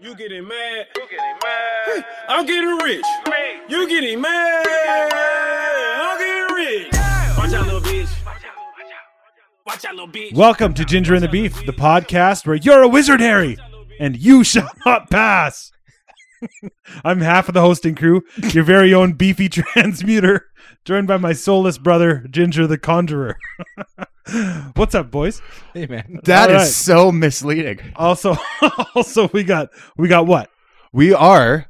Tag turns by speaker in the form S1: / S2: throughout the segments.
S1: You getting mad. You getting mad. I'm getting rich. You getting mad. I'm getting rich. Watch out, little bitch. Watch out, little bitch.
S2: Welcome to Ginger and the Beef, the podcast where you're a wizard, Harry, and you shall not pass. I'm half of the hosting crew, your very own beefy transmuter, joined by my soulless brother, Ginger the Conjurer. What's up, boys?
S3: Hey man,
S2: All
S4: That is
S2: right.
S4: so misleading.
S2: Also, also we got we got what?
S4: We are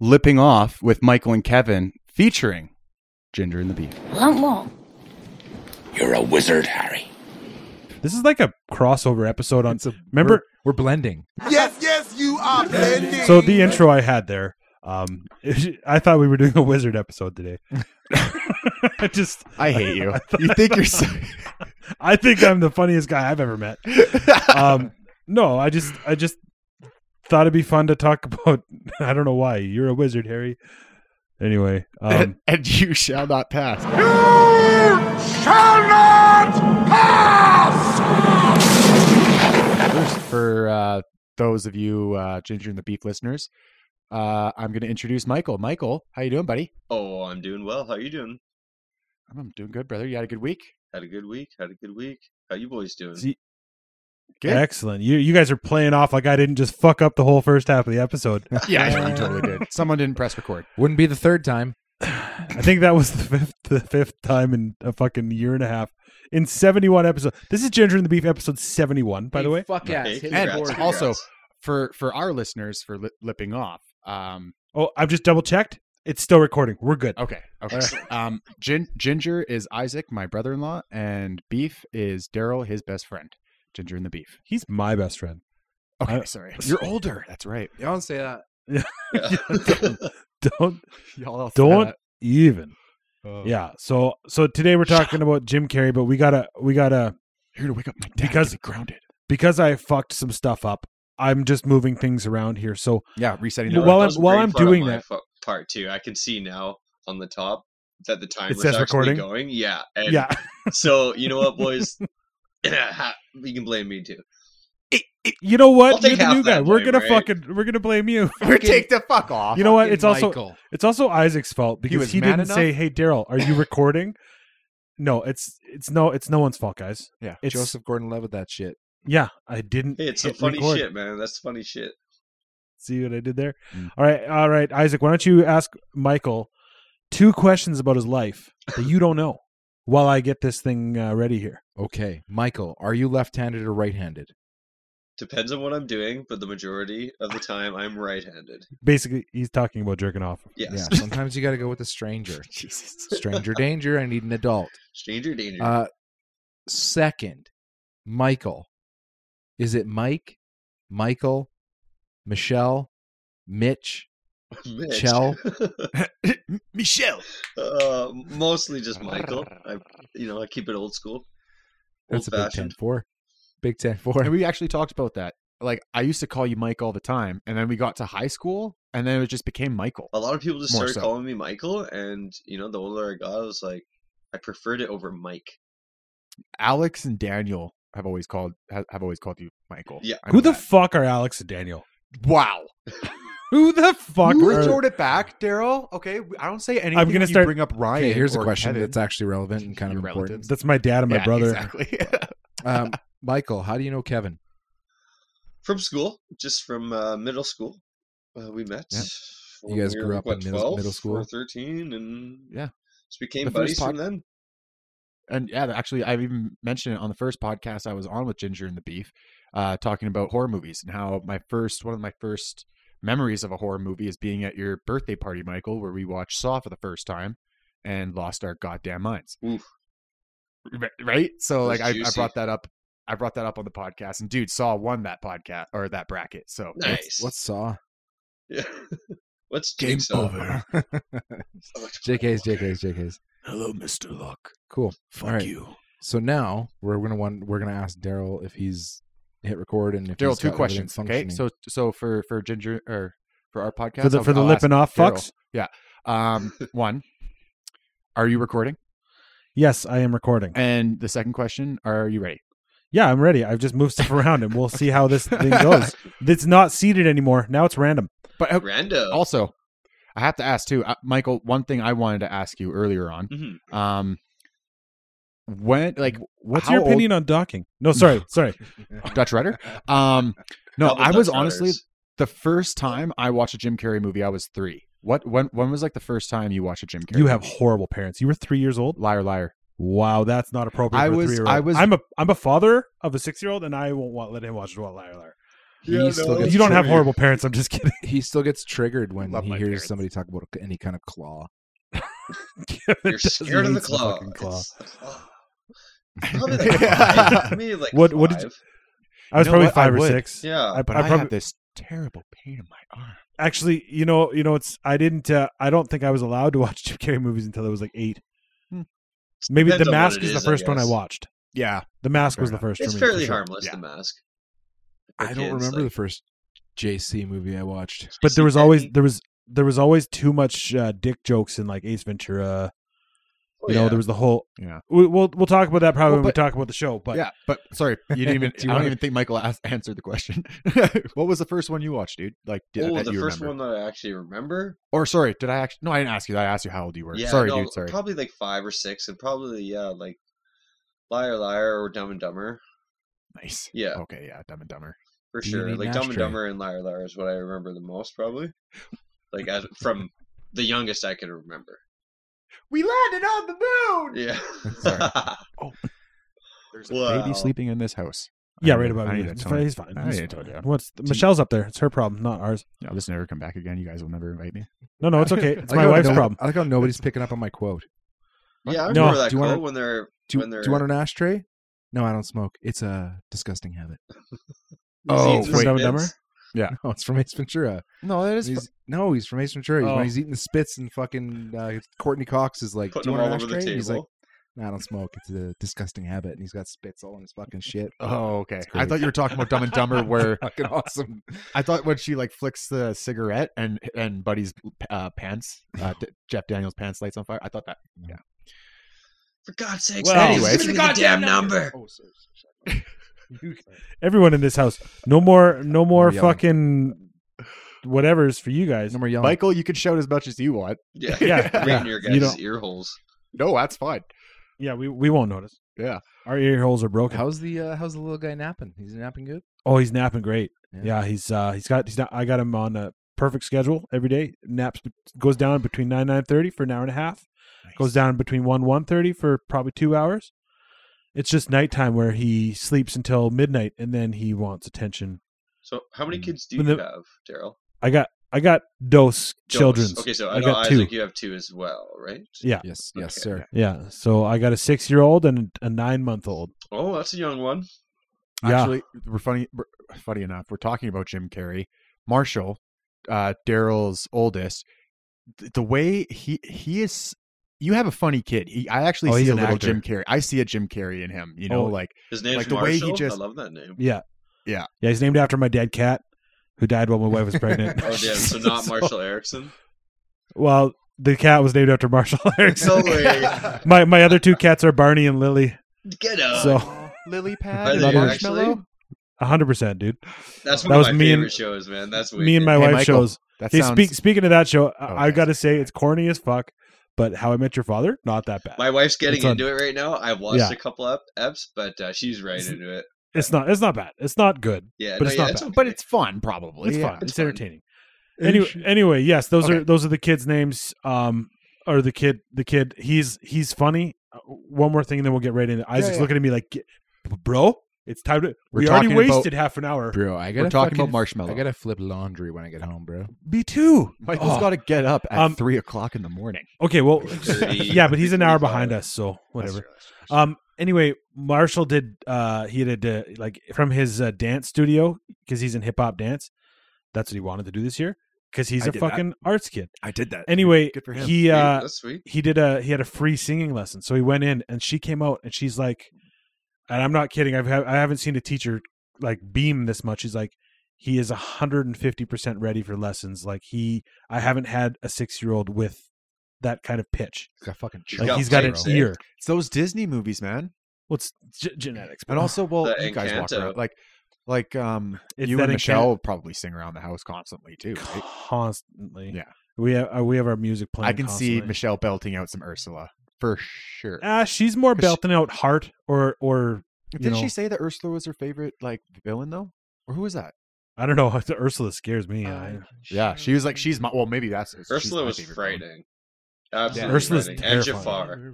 S4: lipping off with Michael and Kevin featuring Ginger and the Beef.
S5: You're a wizard, Harry.
S2: This is like a crossover episode on.
S3: It's a-
S2: remember,
S3: we're, we're blending.
S6: Yes, yes, you are blending.
S2: so the intro I had there. Um, I thought we were doing a wizard episode today. I just
S4: I hate you. you think you're so-
S2: I think I'm the funniest guy I've ever met. Um, no, I just I just thought it'd be fun to talk about. I don't know why you're a wizard, Harry. Anyway, um,
S4: and you shall not pass. First, for uh, those of you uh, Ginger and the Beef listeners, uh, I'm going to introduce Michael. Michael, how you doing, buddy?
S7: Oh, I'm doing well. How are you doing?
S4: I'm doing good, brother. You had a good week.
S7: Had a good week. Had a good week. How you boys doing?
S2: See-
S4: Good.
S2: excellent. You you guys are playing off like I didn't just fuck up the whole first half of the episode.
S4: Yeah, you totally did. Someone didn't press record.
S3: Wouldn't be the third time.
S2: I think that was the fifth the fifth time in a fucking year and a half in 71 episodes. This is Ginger and the Beef episode 71, by the way.
S3: fuck
S7: Hey,
S4: And
S7: congrats, congrats.
S4: also for for our listeners for li- lipping off. Um,
S2: Oh, I've just double checked. It's still recording. We're good.
S4: Okay. Okay. um, Gin- Ginger is Isaac, my brother-in-law, and Beef is Daryl, his best friend. Ginger and the Beef.
S2: He's my best friend.
S4: Okay,
S2: I-
S4: sorry. You're older. That's right.
S3: You don't say that.
S2: Don't
S4: Y'all all
S2: Don't-
S4: fat.
S2: even.
S4: Oh.
S2: Yeah. So so today we're talking about Jim Carrey, but we gotta we gotta
S4: Here to wake up my dad
S2: Because-
S4: because it grounded.
S2: because I fucked some stuff up. I'm just moving things around here. So
S4: Yeah, resetting.
S2: You
S4: the
S2: while
S7: that
S2: I'm-
S7: was
S2: while
S7: pretty
S2: I'm
S7: far on
S2: doing
S7: my
S2: that-
S7: fu- part too. I can see now on the top that the timer's
S2: says
S7: actually
S2: recording?
S7: going. Yeah. And
S2: yeah,
S7: So you know what, boys? you can blame me too.
S2: you know
S7: I'll
S2: what?
S7: take
S2: You're the
S7: half
S2: new
S7: that
S2: guy. We're
S7: blame,
S2: gonna
S7: right?
S2: fucking we're gonna blame you.
S4: We're take the fuck off.
S2: You know what?
S3: Fucking
S2: It's also
S3: Michael.
S2: it's also Isaac's fault because
S4: was
S2: he,
S4: mad
S2: didn't say,
S4: enough?
S2: "Hey Daryl, are you recording?" no, it's it's no it's no one's fault, guys.
S4: yeah.
S2: It's-
S3: Joseph Gordon-Levitt that shit.
S2: Yeah, I didn't.
S7: Hey, it's some
S2: hit
S7: funny
S2: record.
S7: shit, man. That's funny shit.
S2: See what I did there?
S4: Mm.
S2: All right, all right, Isaac. Why don't you ask Michael two questions about his life that you don't know while I get this thing uh, ready here?
S3: Okay, Michael, are you left-handed or right-handed?
S7: Depends on what I'm doing, but the majority of the time I'm right-handed.
S2: Basically, he's talking about jerking off.
S7: Yes.
S3: Yeah. Sometimes you got to go with a stranger.
S4: Jesus.
S3: Stranger danger. I need an adult.
S7: Stranger danger.
S3: Uh, second, Michael. Is it Mike, Michael, Michelle, Mitch?
S7: Mitch.
S3: Chell.
S4: Michelle.
S7: uh, mostly just Michael. I, you know, I keep it old school.
S3: That's a big ten
S7: Old-fashioned.
S3: four. Big ten four.
S4: And we actually talked about that. Like I used to call you Mike all the time, and then we got to high school, and then it just became Michael.
S7: A lot of people just
S4: More
S7: started
S4: so.
S7: calling me Michael, and you know, the older I got, I was like, I preferred it over Mike.
S4: Alex and Daniel have always called ha- have always called you Michael.
S7: Yeah.
S4: I
S2: Who
S4: know
S2: the
S4: that.
S2: fuck are Alex and Daniel?
S4: wow.
S2: Who the fuck?
S4: We're
S2: are-
S4: throwing it back, Daryl. Okay, we- I don't say anything.
S2: gonna
S4: when you
S2: start-
S4: bring up Ryan.
S3: Okay, here's a
S4: or
S3: question
S4: Kevin.
S3: that's actually relevant and kind of
S4: Your
S3: important.
S4: relatives.
S2: That's my dad and my
S4: Yeah,
S2: brother.
S4: Exactly.
S3: Um, Michael, how do you know Kevin?
S7: From school, just from uh, middle school, uh, we met.
S3: Yeah.
S7: when
S3: guys
S7: we were,
S3: grew up in middle- middle
S7: or
S3: school?
S7: thirteen, and
S4: Yeah.
S7: just became
S4: The
S7: buddies
S4: first pod-
S7: from then.
S4: and yeah, actually, I've even mentioned it on the first podcast I was on with Ginger and the Beef, uh, talking about horror movies and how my first one of my first memories of a horror movie is being at your birthday party, Michael, where we watched Saw for the first time and lost our goddamn minds.
S7: Oof.
S4: Ri- Right? So
S7: That's
S4: like I, I
S7: juicy.
S4: brought that up. I brought that up on the podcast, and dude, Saw won that podcast or that bracket. So
S7: Nice.
S3: What saw?
S7: Yeah. What's Jigsaw?
S3: JK's, JK's, JK's.
S4: Hello, Mister Luck.
S3: Cool.
S4: Fuck
S3: right.
S4: you,
S3: So now we're gonna want we're gonna ask Daryl if he's hit record and if he's
S4: Daryl. Two
S3: got everything
S4: questions. Okay,
S3: functioning.
S4: so so for for Ginger or for our podcast
S2: for the
S4: I'll-
S2: for the
S4: I'll ask
S2: lipping off
S4: Daryl.
S2: fucks.
S4: Um, one, are you recording?
S2: Yes, I am recording.
S4: And the second question, are you ready?
S2: Yeah, I'm ready. I've just moved stuff around and we'll see how this thing goes. It's not seated anymore. Now it's random.
S4: But uh,
S7: Rando.
S4: also, I have to ask too, uh, Michael. One thing I wanted to ask you earlier on.
S7: Mhm.
S4: Um, when like
S2: What's
S4: how
S2: your
S4: old-
S2: opinion on docking? No, sorry, sorry.
S4: Dutch Rudder? Um, no,
S7: Double
S4: I
S7: Dutch
S4: was honestly
S7: Rudders.
S4: the first time I watched a Jim Carrey movie. I was three. What when when was like the first time you watched a Jim Carrey?
S2: You have
S4: movie?
S2: horrible parents. You were three years old.
S4: liar liar.
S2: Wow, that's not appropriate.
S4: I
S2: for a
S4: was-
S2: Three-year-old.
S4: I was-
S2: I'm a. I'm a father of a six-year-old, and I won't want, let him watch Dwell Liar Liar.
S3: He still
S2: You
S3: gets
S2: don't have
S3: triggered.
S2: horrible parents. I'm just kidding.
S3: He still gets triggered when
S4: Love
S3: he
S4: my
S3: hears
S4: parents.
S3: somebody talk about any kind of claw.
S2: Kevin
S7: You're
S2: doesn't
S7: scared of
S2: need
S7: the
S2: some
S7: claw.
S2: fucking claw.
S7: It's the claw. Probably like five. Maybe like
S2: What- what did
S7: five.
S2: I was
S4: You know
S2: probably
S4: what? I
S2: five or
S4: would.
S2: six.
S7: Yeah.
S2: I,
S4: But
S2: I
S4: I,
S2: probably
S4: had this terrible pain in my arm.
S2: actually, you know, you know, it's. I didn't. Uh, I don't think I was allowed to watch Jim Carrey movies until I was like eight.
S4: Hmm.
S2: Maybe
S7: Depends
S2: The
S7: on what
S2: Mask
S7: it
S2: is, the
S7: is, I
S2: first one I
S7: guess.
S2: watched.
S4: Yeah,
S2: The Mask
S4: Fair
S2: was
S4: enough.
S2: the first.
S7: It's
S2: for me,
S7: fairly
S2: for sure.
S7: harmless,
S4: Yeah.
S7: the mask. For
S3: I don't
S7: kids,
S3: remember the
S7: like-
S3: first JC movie I watched.
S2: But there was
S7: See,
S2: always
S7: Eddie-
S2: there was there was always too much uh, dick jokes in like Ace Ventura.
S7: Oh,
S2: You know,
S7: yeah.
S2: there was the whole.
S4: Yeah.
S2: we, we'll we'll talk about that probably
S4: Well,
S2: when we
S4: but-
S2: talk about the show. But
S4: yeah. But sorry, you didn't even.
S3: Do you
S4: I don't
S3: wanna-
S4: even think Michael asked, answered the question. what was the first one you watched, dude? Like, did,
S7: oh,
S4: that
S7: the
S4: you
S7: first
S4: remember?
S7: one that I actually remember.
S4: Or sorry, did I actually? No, I didn't ask you that. I asked you how old you were.
S7: Yeah,
S4: sorry,
S7: no,
S4: dude. Sorry.
S7: Probably like five or six, and probably yeah, like Liar Liar or Dumb and Dumber.
S4: Nice.
S2: Oh,
S7: Yeah,
S4: Okay. Yeah. Dumb and Dumber.
S7: for
S3: Do you
S7: sure.
S3: need
S7: Like
S3: an
S7: Dumb and
S3: ashtray?
S7: Dumber and Liar Liar is what I remember the most, probably. Like as, from the youngest I could remember.
S4: We landed on the moon.
S7: Yeah.
S4: Sorry.
S2: Oh.
S4: There's a
S7: Wow.
S4: baby sleeping in this house. I
S2: yeah,
S4: need
S2: right
S4: a-
S2: above
S4: I
S2: you.
S4: need a
S2: He's
S4: tonic.
S2: fine. He's fine.
S4: I
S2: He's
S4: need a
S2: fine.
S4: tonic.
S2: What's Michelle's up there? It's her problem, not ours.
S4: I'll just never come back again. You guys will never invite me.
S2: No, no, it's okay. It's
S3: I like
S2: my
S3: how
S2: wife's
S3: no-
S2: problem.
S3: I like how nobody's picking up on my quote.
S7: Yeah, I
S2: No,
S7: remember that
S3: do you wanna-
S7: quote when they're
S3: Do you,
S7: When
S3: do
S7: they're-
S3: you want an ashtray? No, I don't smoke. It's a disgusting habit.
S4: Oh,
S7: Seeds and
S4: wait.
S2: Dumb and
S7: Spits.
S2: Dumber?
S3: No, it's from Ace Ventura.
S4: No, that
S3: He's- no, he's from Ace Ventura. He's
S2: Oh.
S3: When he's eating the spits and fucking uh, Courtney Cox is like,
S7: Putting
S3: "Do you
S7: them
S3: want
S7: all
S3: an
S7: over the
S3: ashtray?" And
S7: table.
S3: He's like, "No, I don't smoke. It's a disgusting habit." And he's got spits all in his fucking shit.
S4: Oh, okay. I
S3: great.
S4: thought you were talking about Dumb and Dumber, where
S3: fucking awesome.
S4: I thought when she like flicks the cigarette and and Buddy's uh, pants, uh, D- Jeff Daniels' pants lights on fire. I thought that.
S7: For God's sake,
S2: Well,
S7: Eddie,
S4: anyways.
S7: give me the goddamn number.
S3: Oh, sorry,
S2: Everyone in this house. No more no more
S3: yelling.
S2: fucking whatever's for you guys.
S3: No more yelling.
S4: Michael, you can shout as much as you want.
S7: Yeah,
S2: Yeah,
S7: right
S2: yeah,
S7: in your
S2: you
S7: guys'
S2: don't-
S7: ear holes.
S4: No, that's fine.
S2: Yeah, we, we won't notice.
S4: Yeah.
S2: Our ear holes are broken.
S3: How's the uh, how's the little guy napping? He's napping good.
S2: Oh, he's napping great. Yeah,
S3: Yeah.
S2: he's uh he's got he's not I got him on a perfect schedule every day. Naps goes down between nine nine thirty for an hour and a half. Goes down between one one thirty for probably two hours. It's just nighttime where he sleeps until midnight and then he wants attention.
S7: So, how many
S3: Mm.
S7: kids do
S2: But
S7: you
S2: the-
S7: have, Daryl?
S2: I got I got dose children's.
S7: Okay, so
S2: I
S7: I, know
S2: got
S7: Isaac,
S2: two.
S7: you have two as well, right?
S2: Yeah.
S3: Yes, yes,
S7: Okay.
S3: sir.
S2: Yeah. So I got a six year old and a nine month old.
S7: Oh, that's a young one.
S2: Yeah.
S4: Actually, we're funny. We're, funny enough, we're talking about Jim Carrey, Marshall, uh, Daryl's oldest. th- The way he he is, you have a funny kid. He, I actually
S2: Oh,
S4: see
S2: he's
S4: a
S2: an
S4: little
S2: actor.
S4: Jim Carrey. I see a Jim Carrey in him. You know,
S2: Oh.
S4: like
S7: His name's
S4: Like the way he
S7: Marshall.
S4: just-
S7: I love that name.
S2: Yeah.
S4: Yeah.
S2: Yeah. He's named after my dead cat who died while my wife was pregnant.
S7: Oh, damn. So not Marshall Erickson.
S2: well, the cat was named after Marshall Erickson.
S7: No way.
S2: my my other two cats are Barney and Lily.
S7: Get out.
S2: So
S4: lily
S7: Are
S4: pad,
S7: they
S4: and
S7: actually?
S4: marshmallow.
S2: hundred percent, dude.
S7: that's
S2: that
S7: one
S2: was
S7: of my
S2: me
S7: favorite
S2: and-
S7: shows, man. That's
S2: Me and my
S7: wicked.
S4: Hey,
S2: wife
S4: Michael,
S2: shows.
S4: That
S2: Hey,
S4: sounds. Oh,
S2: speak, speaking of that show, I, I
S4: yes.
S2: got to say it's corny as fuck, but How I Met Your Father, not that bad.
S7: My wife's getting
S2: It's on-
S7: into it right now. I've watched
S2: Yeah.
S7: a couple of eps, but uh, she's right
S2: It's-
S7: into it.
S2: it's not. It's not bad. It's not good.
S7: Yeah,
S2: but
S7: no,
S2: it's
S7: yeah,
S2: not
S7: it's
S2: bad.
S7: okay.
S4: but it's fun, probably.
S2: It's
S4: yeah.
S2: fun. It's,
S7: it's fun.
S2: entertaining. Anyway, anyway, yes, those
S4: Okay.
S2: are those are the kids' names. Um, or the kid, the kid. He's he's funny. Uh, One more thing, and then we'll get right into. Isaac's
S4: yeah.
S2: looking at me like, "Get- bro, it's time to.
S4: We're
S2: we already
S4: talking about-
S2: wasted half an hour.
S3: Bro, I gotta
S4: We're talking
S3: fucking-
S4: about marshmallow.
S3: I gotta flip laundry when I get home, bro.
S2: Me too.
S4: Michael's
S2: Oh.
S4: got to get up at
S2: Um,
S4: three o'clock in the morning.
S2: Okay, well, yeah, but he's an hour
S7: 35.
S2: behind us, so whatever.
S4: That's-
S2: Um. Anyway, Marshall did. Uh, he did uh, like from his uh, dance studio because he's in hip hop dance. That's what he wanted to do this year because he's
S4: I
S2: a
S4: did that.
S2: fucking arts kid.
S4: I did that.
S2: Anyway,
S4: Good for him.
S2: he
S7: Sweet,
S2: uh,
S7: that's sweet.
S2: he did a he had a free singing lesson. So he went in and she came out and she's like and I'm not kidding. I've ha- I haven't seen a teacher like beam this much. She's like he is 150% ready for lessons. Like he I haven't had a 6-year-old with that kind of pitch.
S3: He's got fucking
S7: He's
S2: Like
S7: got
S2: he's got an
S7: pipes, eh?
S2: ear.
S4: it's those Disney movies, man.
S2: Well, it's g- genetics.
S4: But also, well,
S7: The
S4: you guys walk
S7: Encanto.
S4: around like, like um,
S2: It's
S4: you
S2: that
S4: and
S2: Encan-
S4: Michelle probably sing around the house constantly too. right?
S2: constantly.
S4: Yeah.
S2: we have uh, we have our music playing.
S4: I can see
S2: constantly.
S4: Michelle belting out some Ursula for sure.
S2: Ah, she's more
S4: 'Cause she-
S2: belting out heart or or you
S4: Didn't
S2: know,
S4: she say that Ursula was her favorite like villain though? Or who was that?
S2: I don't know. Ursula scares me. I,
S4: Yeah, she was like she's my. Well, maybe that's she's
S7: Ursula
S4: my
S7: was
S4: favorite villain.
S7: frightening. Absolutely
S2: Ursula's
S7: frightening. And
S2: terrifying.
S7: Jafar.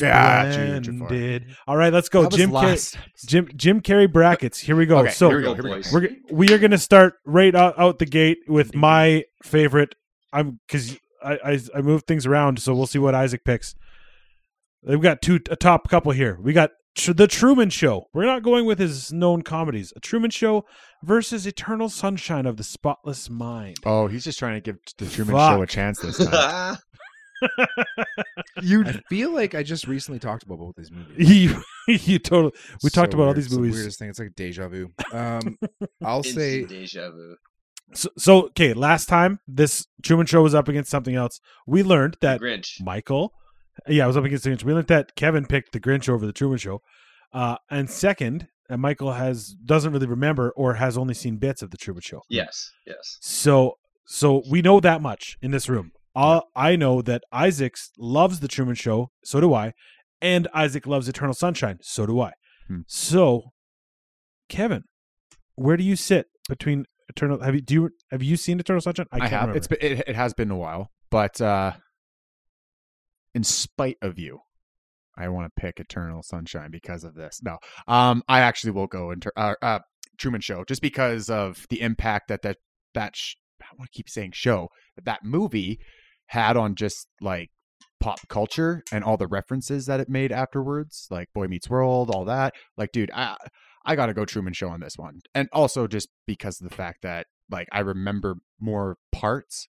S4: Yeah, Jafar.
S2: Splendid. All right, let's go.
S4: That was
S2: Jim Carrey.
S4: last episode.
S2: Jim Jim Carrey brackets. Here we go.
S4: Okay,
S2: so
S4: here we go. Here
S7: Go,
S4: we go.
S7: boys.
S2: we're g- we are going to start right out, out the gate with my favorite. I'm because I, I I moved things around, so we'll see what Isaac picks. They've got two a top couple here. We got tr- the Truman Show. We're not going with his known comedies. A Truman Show versus Eternal Sunshine of the Spotless Mind.
S4: Oh, he's just trying to give the Truman Show a
S2: Fuck.
S4: chance this time.
S3: You feel like I just recently talked about both these movies.
S2: you you totally. We
S3: It's
S2: talked about all
S3: weird.
S2: these
S3: It's the
S2: movies.
S3: weirdest thing. It's like deja vu. Um, I'll say
S7: Instant deja vu.
S2: So, so okay. Last time this Truman Show was up against something else. We learned
S7: The
S2: that
S7: Grinch.
S2: Michael. Yeah, I was up against the Grinch. We learned that Kevin picked the Grinch over the Truman Show. Uh, and second, and Michael has doesn't really remember or has only seen bits of the Truman Show.
S7: Yes, yes.
S2: So so we know that much in this room. All, I know that Isaac's loves the Truman Show, so do I, and Isaac loves Eternal Sunshine, so do I.
S4: Hmm.
S2: So, Kevin, where do you sit between Eternal? Have you do you have you seen Eternal Sunshine?
S4: I,
S2: can't
S4: have.
S2: remember.
S4: It's been, it, it has been a while, but uh in spite of you, I want to pick Eternal Sunshine because of this. No, um, I actually will go into uh, uh, Truman Show just because of the impact that that that sh- I want to keep saying show that that movie had on just like pop culture and all the references that it made afterwards, like Boy Meets World, all that. Like, dude, I I gotta go Truman Show on this one, and also just because of the fact that like I remember more parts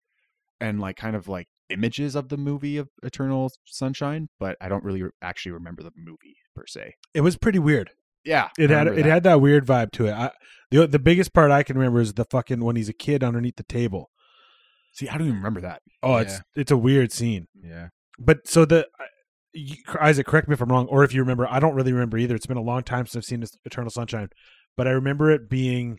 S4: and like kind of like images of the movie of Eternal Sunshine, but I don't really actually remember the movie per se.
S2: it was pretty weird.
S4: Yeah,
S2: It
S4: I
S2: had
S4: remember
S2: it
S4: that.
S2: had that weird vibe to it. I, the the biggest part I can remember is the fucking when he's a kid underneath the table.
S4: See, I don't even remember that.
S2: Oh, it's it's a weird scene.
S3: yeah.
S2: But so the I- you, Isaac, correct me if I'm wrong, or if you remember, I don't really remember either. It's been a long time since I've seen this Eternal Sunshine, but I remember it being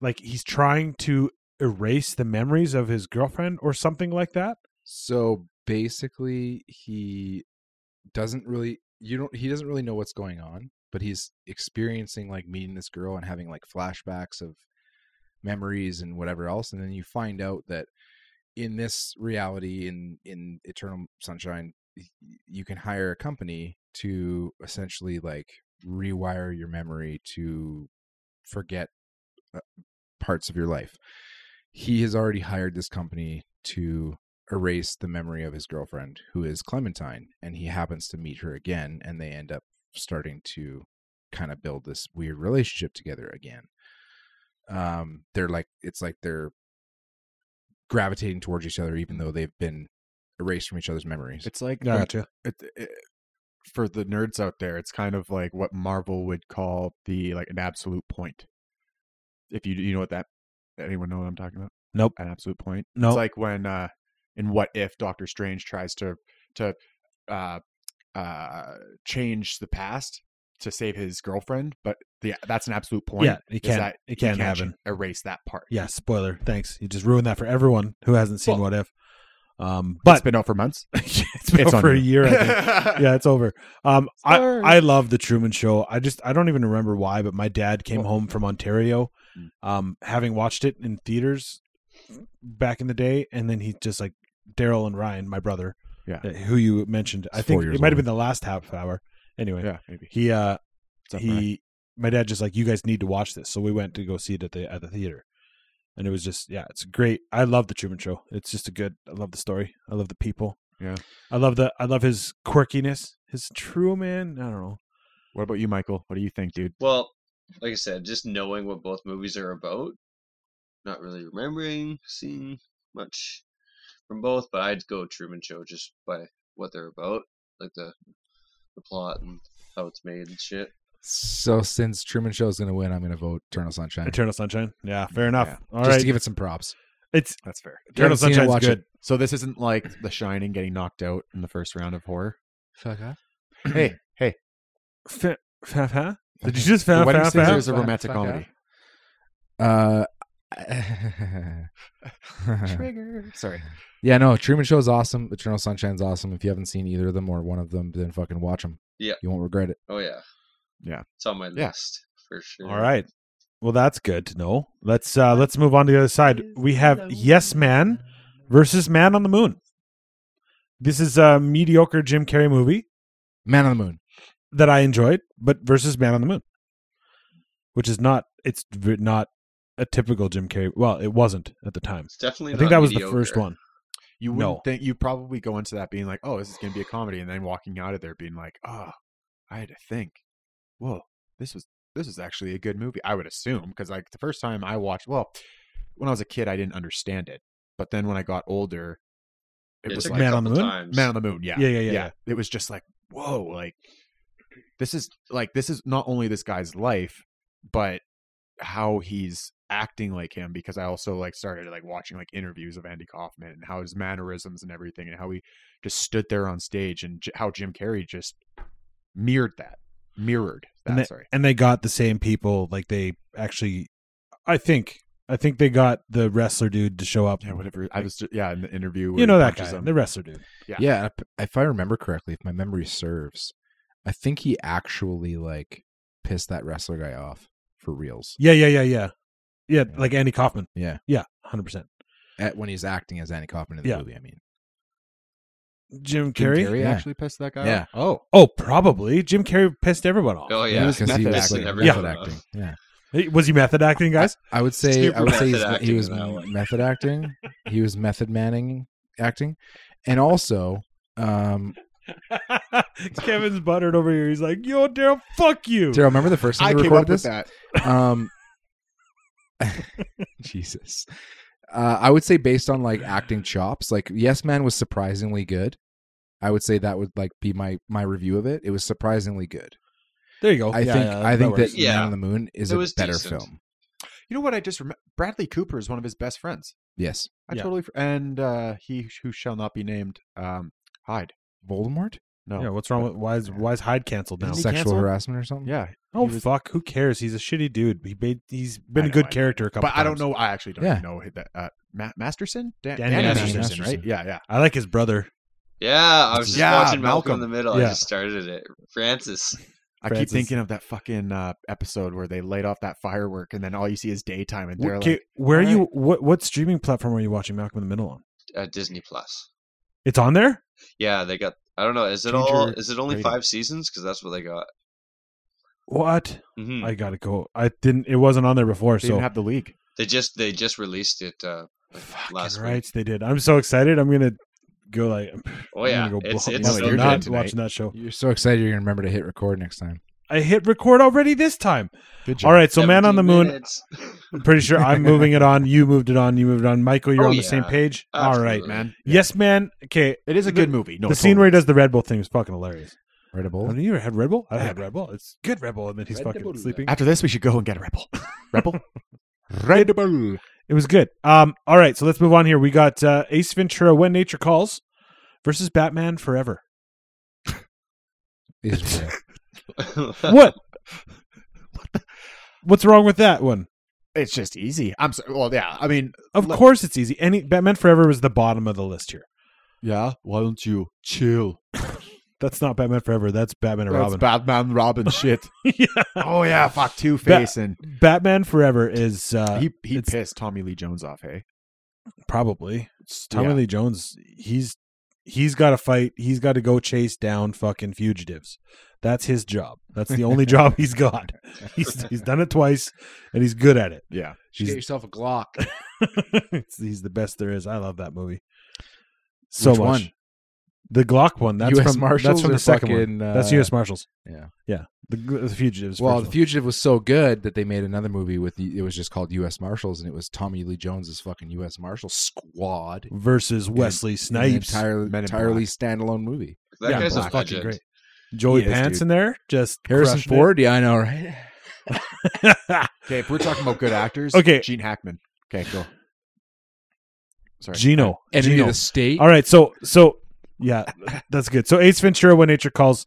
S2: like he's trying to erase the memories of his girlfriend or something like that.
S3: So basically, he doesn't really you don't he doesn't really know what's going on, but he's experiencing like meeting this girl and having like flashbacks of memories and whatever else, and then you find out that in this reality, in in Eternal Sunshine, y- you can hire a company to essentially like rewire your memory to forget uh, parts of your life. He has already hired this company to erase the memory of his girlfriend, who is Clementine, and he happens to meet her again, and they end up starting to kind of build this weird relationship together again. Um, they're like it's like they're gravitating towards each other, even though they've been erased from each other's memories.
S4: It's like it, it, for the nerds out there, it's kind of like what Marvel would call the like an absolute point. If you you know what that anyone know what I'm talking about?
S2: Nope.
S4: An absolute point.
S2: No,
S4: It's like when uh in What If Doctor Strange tries to to uh uh change the past to save his girlfriend, but the that's an absolute point.
S2: yeah, it
S4: is
S2: can't
S4: that
S2: it
S4: he
S2: can't
S4: can't
S2: happen.
S4: erase that part.
S2: Yeah, spoiler. Thanks. You just ruined that for everyone who hasn't seen
S4: Well-
S2: What If. Um, but
S4: But it's been out for months.
S2: it's been
S4: It's
S2: out
S4: on
S2: for a
S4: you.
S2: year. I think. yeah, it's over. Um, I
S4: Sorry.
S2: I love the Truman Show. I just I don't even remember why, but my dad came home from Ontario,
S4: Mm.
S2: um, having watched it in theaters back in the day, and then he just like Daryl and Ryan, my brother,
S4: Yeah.
S2: uh, who you mentioned. I
S3: It's
S2: think
S3: four years
S2: it might have
S3: old.
S2: been the last half hour. Anyway,
S4: Yeah, maybe.
S2: he uh
S4: What's up,
S2: he
S4: Ryan?
S2: my dad just like you guys need to watch this, so we went to go see it at the at the theater. And it was just yeah, it's great. I love the Truman Show. It's just a good. I love the story. I love the people.
S4: Yeah.
S2: I love the I love his quirkiness. His Truman. I don't know.
S4: What about you, Michael? What do you think, dude?
S7: Well, like I said, just knowing what both movies are about, not really remembering, seeing much from both, but I'd go Truman Show just by what they're about, like the the plot and how it's made and shit.
S3: so since Truman Show is going to win, I'm going to vote Eternal Sunshine.
S2: Eternal Sunshine. Yeah, fair enough.
S4: Yeah.
S2: All right.
S3: just to give it some props.
S2: it's
S4: That's fair.
S3: you
S2: Eternal
S3: haven't seen it,
S2: Sunshine's
S3: watch it.
S2: good.
S4: So this isn't like The Shining getting knocked out in the first round of horror.
S3: Fuck off.
S4: hey, hey,
S2: Fa- fa- fa? Did you just fa-
S4: Wedding
S2: fa-
S4: Singer
S2: fa?
S4: is a romantic comedy.
S3: Uh,
S4: Trigger. Sorry.
S3: yeah, no. Truman Show's awesome. Eternal Sunshine's awesome. If you haven't seen either of them or one of them, then fucking watch them.
S7: Yeah.
S3: you won't regret it.
S7: Oh yeah.
S4: Yeah.
S7: It's on my
S4: Yeah.
S7: list for sure.
S2: All right. Well, that's good to know. Let's uh let's move on to the other side. We have Yes Man versus Man on the Moon. This is a mediocre Jim Carrey movie
S3: Man on the Moon.
S2: that I enjoyed, but versus Man on the Moon, which is not it's v- not a typical Jim Carrey. Well, it wasn't at the time.
S7: It's definitely.
S2: I think
S7: not
S2: that was the
S7: mediocre.
S2: first one.
S4: You wouldn't
S2: No.
S4: think you probably go into that being like, oh, this is going to be a comedy, and then walking out of there being like, oh, I had to think. Whoa, this was this was actually a good movie. I would assume because like the first time I watched, well, when I was a kid, I didn't understand it, but then when I got older, it
S7: It
S4: was
S7: took
S4: like
S7: me a
S2: Man on
S7: couple
S2: the Moon?
S7: times.
S4: Man on the Moon. Yeah.
S2: Yeah, yeah, yeah,
S4: It was just like, whoa, like this is like this is not only this guy's life, but how he's acting like him because I also like started like watching like interviews of Andy Kaufman and how his mannerisms and everything and how he just stood there on stage and j- how Jim Carrey just mirrored that. Mirrored that,
S2: and they,
S4: sorry.
S2: and they got the same people. Like they actually, I think, I think they got the wrestler dude to show up.
S4: Yeah, whatever. I was ju- yeah, in the interview where
S2: You
S4: he
S2: know that
S4: punches
S2: guy,
S4: him.
S2: the wrestler dude.
S4: Yeah.
S3: Yeah, if- if I remember correctly, if my memory serves, I think he actually like pissed that wrestler guy off for reals.
S2: Yeah, yeah, yeah, yeah, yeah.
S3: Yeah.
S2: Like Andy Kaufman.
S3: Yeah,
S2: Yeah, hundred percent.
S3: at, when he's acting as Andy Kaufman in the
S2: Yeah.
S3: movie. I mean,
S2: Jim
S4: Jim
S2: Carrey.
S4: Carrey
S3: Yeah.
S4: actually pissed that guy
S3: Yeah.
S4: off. Oh.
S2: Oh, probably. Jim Carrey pissed everyone off.
S7: Oh yeah.
S4: was
S3: because he
S4: method
S3: was
S4: acting.
S3: like,
S7: Method
S3: method
S7: acting.
S3: acting. Yeah.
S2: Hey, Was he method acting, guys?
S3: I would say
S7: Super
S3: I would say
S7: method
S3: he's,
S7: acting
S3: he
S7: in
S3: was
S7: that one.
S3: method acting. He was method manning acting, and also um,
S2: Kevin's buttered over here. He's like, "Yo, Daryl, fuck you."
S3: Daryl. Remember the first time
S4: I
S3: we
S4: came up
S2: Oh,
S3: recorded
S4: with
S3: this?
S4: that.
S3: Um, Jesus, uh, I would say based on like acting chops, like Yes Man was surprisingly good. I would say that would like be my my review of it. It was surprisingly good.
S2: There
S4: Oh,
S2: you go.
S3: I
S2: Yeah,
S3: think
S2: yeah,
S3: I think
S2: works.
S3: that
S7: Yeah.
S3: Man on the Moon is
S7: It
S3: a
S7: was
S3: better
S7: decent.
S3: film.
S4: You know what I just remember? Bradley Cooper is one of his best friends.
S3: Yes,
S4: I
S2: Yeah.
S4: totally fr- and uh he who shall not be named um Hyde.
S3: Voldemort,
S4: No.
S2: Yeah,
S4: Yeah.
S2: what's wrong with why is why is Hyde canceled now?
S4: Isn't he
S3: sexual
S4: canceled?
S3: harassment or something.
S2: Oh
S4: He was-
S2: fuck! Who cares? He's a shitty dude. He made, he's been
S4: I
S2: a
S4: know,
S2: good
S4: I-
S2: character a
S4: But
S2: couple.
S4: I don't
S2: times.
S4: know. I actually don't
S3: Yeah.
S4: know who that uh, Ma- Masterson, Dan-
S2: Danny
S4: Danny
S3: Masterson.
S4: Masterson, right? Yeah, yeah.
S2: I like his brother.
S7: Yeah, I was just
S4: Yeah,
S7: watching Malcolm, in
S4: Malcolm.
S7: the Middle.
S2: Yeah.
S7: I just started it. Francis.
S4: I keep
S2: Francis.
S4: thinking of that fucking uh, episode where they laid off that firework and then all you see is daytime and they're
S2: Okay,
S4: like,
S2: where are
S4: "All
S2: you? What what streaming platform are you watching Malcolm in the Middle on?
S7: uh, Disney Plus.
S2: It's on there.
S7: Yeah, they got. I don't know. Is it
S4: Change
S7: all?
S4: your
S7: Is it only
S4: rating.
S7: five seasons? Because that's what they got.
S2: What?
S7: hmm
S2: I gotta go. I didn't. It wasn't on there before.
S4: they
S2: so
S4: didn't have the league.
S7: They just they just released it uh, like
S2: Fucking
S7: last
S2: right,
S7: week.
S2: they did. I'm so excited. I'm gonna go like.
S7: Oh
S2: I'm
S7: yeah,
S2: gonna go
S7: it's
S2: blow-
S7: it's
S2: no,
S4: so
S2: you're
S4: good.
S2: not
S4: Tonight.
S2: watching that show.
S3: You're so excited you're gonna remember to hit record next time.
S2: I hit record already this time.
S4: Good job.
S2: All right, so man on the moon.
S7: moon.
S2: I'm pretty sure I'm moving it on. You moved it on. You moved it on. Michael, you're
S7: Oh,
S2: on the
S7: yeah.
S2: same page. All right,
S7: Absolutely.
S4: man.
S2: yes, man. Okay,
S4: It is a
S2: Uh, The-
S4: good movie. No,
S2: the scene where he does the Red Bull thing is fucking hilarious.
S3: Right, a bowl?
S2: Have you ever had Red Bull? I had Red Bull. It's good Red Bull, and then he's
S3: Red
S2: fucking
S3: Bull.
S2: sleeping.
S4: after this we should go and get a rebel. rebel. Red Bull.
S2: It was good. Um, all right, so let's move on here. We got uh, Ace Ventura: When Nature Calls versus Batman Forever.
S3: Is-
S2: What? What's wrong with that one?
S4: It's just easy. I'm sorry. Well, yeah. I mean,
S2: Of
S4: Look-
S2: course, it's easy. Any Batman Forever was the bottom of the list here.
S4: yeah. Why don't you chill?
S2: That's not Batman Forever. That's Batman and
S4: That's
S2: Robin.
S4: Batman Robin shit.
S2: yeah.
S4: oh yeah, fuck Two Face and
S2: Batman Forever is uh,
S4: he he
S2: it's-
S4: pissed Tommy Lee Jones off. Hey,
S2: probably it's Tommy
S4: Yeah.
S2: Lee Jones. He's he's got to fight. He's got to go chase down fucking fugitives. That's his job. That's the only job he's got. He's he's done it twice, and he's good at it.
S4: yeah,
S3: Get
S2: He's,
S3: yourself a Glock.
S2: he's the best there is. I love that movie so
S3: Which
S2: much.
S3: one?
S2: The Glock one. That's
S3: U.S.
S2: from
S3: Marshals.
S2: That's from
S3: or
S2: the second one.
S3: fucking, Uh,
S2: That's U.S. Marshals.
S3: yeah.
S2: yeah. The, the fugitives.
S3: Well,
S2: first
S3: The
S2: one.
S3: Fugitive was so good that they made another movie with the, it was just called U.S. Marshals, and it was Tommy Lee Jones's fucking U.S. Marshal Squad.
S2: versus Wesley
S3: An
S2: Snipes.
S3: entire,
S4: Men in
S3: entirely standalone movie.
S7: that
S2: yeah,
S7: guy's a
S2: that's fucking
S7: legend.
S2: great. Joey
S3: He is,
S2: Pants
S3: dude.
S2: in there, just
S3: Harrison
S2: crushing it.
S3: Ford. Yeah, I know, right?
S4: Okay, if we're talking about good actors,
S2: Okay.
S4: Gene Hackman. Okay, go. Sorry,
S2: Gino.
S3: Enemy
S2: Gino.
S3: of the State.
S2: All right, so so yeah, that's good. So Ace Ventura: When Nature Calls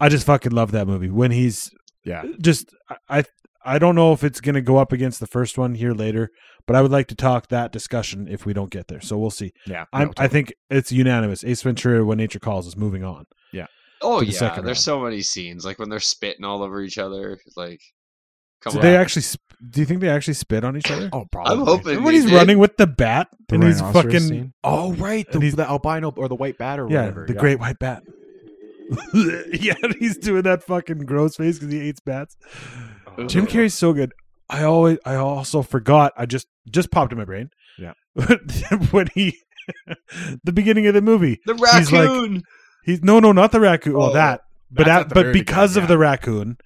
S2: I just fucking love that movie. When he's
S4: Yeah.
S2: just I I- I don't know if it's gonna go up against the first one here later, but I would like to talk that discussion if we don't get there. So we'll see.
S4: Yeah.
S2: I'm,
S4: no,
S2: I think it's unanimous. Ace Ventura: When Nature Calls is moving on.
S7: Oh
S2: to the
S7: yeah,
S2: second
S7: there's
S2: round.
S7: so many scenes like when they're spitting all over each other. Like, come
S2: Did
S7: on.
S2: they actually? sp- Do you think they actually spit on each other?
S4: totally. oh, probably.
S7: I'm hoping
S2: Remember when
S7: they
S2: he's
S7: did.
S2: running with the bat
S3: The
S2: and he's
S3: rhinoceros
S2: fucking
S3: scene?
S4: Oh, right. The,
S2: And he's-
S4: the albino or the white bat or
S2: yeah,
S4: whatever.
S2: the great white bat. yeah, he's doing that fucking gross face because he hates bats. Jim Carrey's so good. I always, I also forgot. I just just popped in my brain.
S4: Yeah.
S2: when he, the beginning of the movie,
S7: The
S2: He's like-
S7: raccoon.
S2: he's no, no, not the raccoon. Well,
S7: Oh,
S2: that, but
S4: that's
S2: that,
S4: at the
S2: but
S4: very beginning,
S2: because of
S4: yeah.
S2: the raccoon,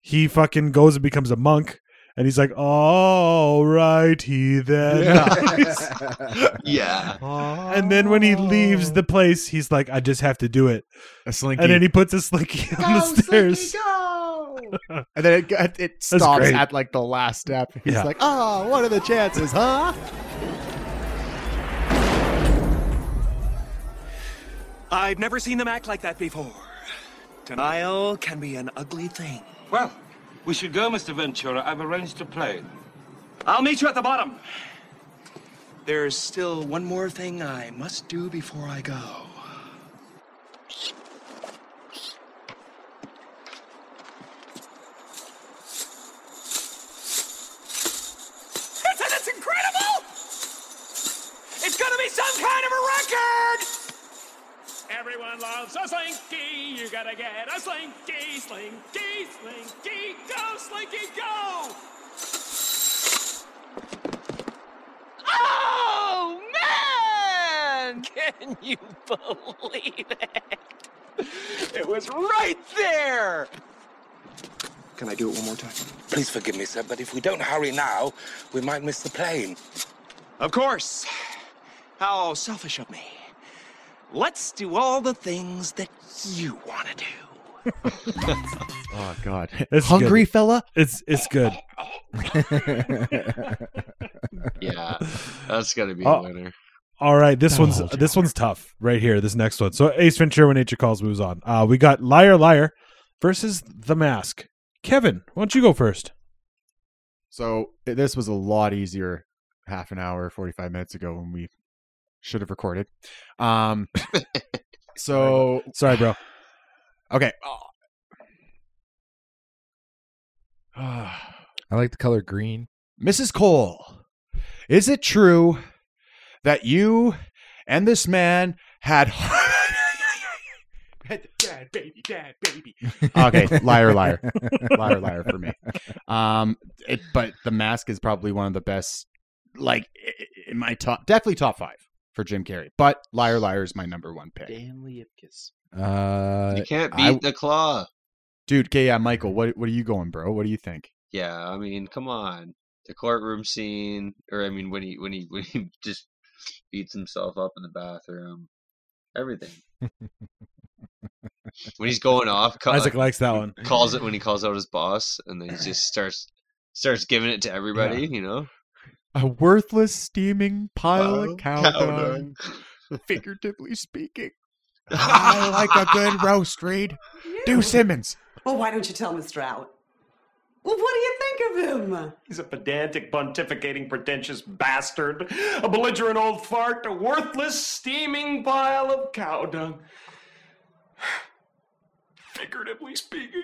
S2: he fucking goes and becomes a monk, and he's like, all righty then. Oh
S7: yeah.
S2: And then when he leaves the place, he's like, I just have to do it.
S4: a Oh. slinky,
S2: And then he puts a slinky on the stairs.
S4: and then it, it stops
S2: great.
S4: at like the last step. He's
S2: Yeah.
S4: like, "Oh, what are the chances, huh?"
S5: I've never seen them act like that before. Denial can be an ugly thing.
S1: Well, we should go, Mr. Ventura. I've arranged a plane.
S5: I'll meet you at the bottom. There's still one more thing I must do before I go. Listen, it's incredible! It's gonna be some kind of a record!
S1: Everyone loves a slinky. You gotta get a slinky, slinky, slinky. Go, slinky, go!
S5: Oh man! Can you believe it? It was right there. Can I do it one more time?
S8: Please forgive me, sir, but if we don't hurry now, we might miss the plane.
S5: Of course. How selfish of me. Let's do all the things that you want to do.
S4: Oh God,
S2: It's
S4: hungry fella.
S2: It's it's good.
S7: Yeah. That's gotta be
S2: Oh.
S7: a winner.
S2: All right, this
S3: Oh,
S2: one's this one's tough right here. This next one. So Ace Ventura: When Nature Calls moves on. Uh, we got Liar Liar versus The Mask. Kevin, why don't you go first?
S4: So i- this was a lot easier half an hour, 45 minutes ago when we should have recorded. Um, so
S2: Sorry, bro.
S4: okay. Ah.
S3: I like the color green.
S4: Mrs. Cole, is it true that you and this man had. dad, baby, dad, baby. Okay, liar, liar. liar, liar for me. Um, it, but The Mask is probably one of the best, like, i- i- in my top, definitely top five for Jim Carrey. But Liar, Liar is my number one pick.
S7: Dan Liepkis.
S3: Uh,
S7: You can't beat
S4: I-
S7: the claw.
S4: Dude, okay, yeah, Michael, what, what are you going, bro? What do you think?
S7: Yeah, I mean, come on. The courtroom scene, or I mean, when he when he when he just beats himself up in the bathroom, everything. when he's going off, ca-
S2: Isaac likes that one.
S7: calls it when he calls out his boss, and then he just starts starts giving it to everybody. You know,
S4: A worthless, steaming pile
S7: Wow.
S4: of cow,
S7: Cow
S4: dung,
S7: dung.
S4: figuratively speaking. I like a good roast, Reed. Do Simmons.
S9: Well, why don't you tell Mr. Allen? Well, what do you think of him?
S1: He's a pedantic, pontificating, pretentious bastard, a belligerent old fart, a worthless, steaming pile of cow dung. Figuratively speaking.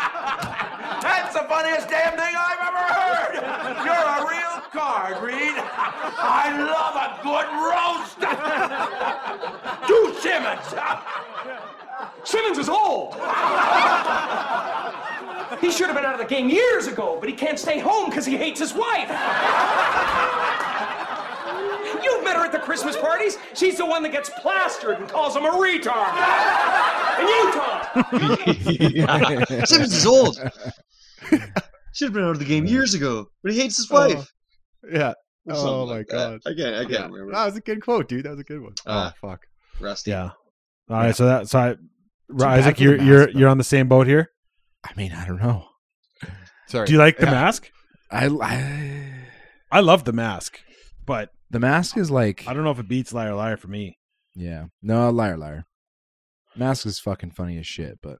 S5: That's the funniest damn thing I've ever heard! You're a real card, Reed. I love a good roast. Do Simmons.
S1: Simmons is old! he should have been out of the game years ago, but he can't stay home because he hates his wife! You've met her at the Christmas parties. She's the one that gets plastered and calls him a retard. In Utah!
S7: Simmons is old. Should have been out of the game years ago, but he hates his wife.
S4: Yeah.
S7: or something
S4: Oh my
S7: like
S4: god.
S7: that. I can't. I can't
S4: Yeah. Ah,
S7: remember.
S4: That was a good quote, dude. That was a good one.
S7: Ah.
S4: oh fuck.
S7: Rusty.
S2: Yeah. All right. So that so I,
S4: bad
S2: Isaac,
S4: for The
S2: you're you're
S4: Mask, though.
S2: you're on the same boat here.
S3: I mean, I don't know.
S4: Sorry.
S2: Do you like The
S4: Yeah.
S2: Mask?
S3: I, I
S2: I love The Mask. but
S3: The Mask is like
S2: I don't know if it beats Liar Liar for me.
S3: yeah, no liar liar. Mask is fucking funny as shit, but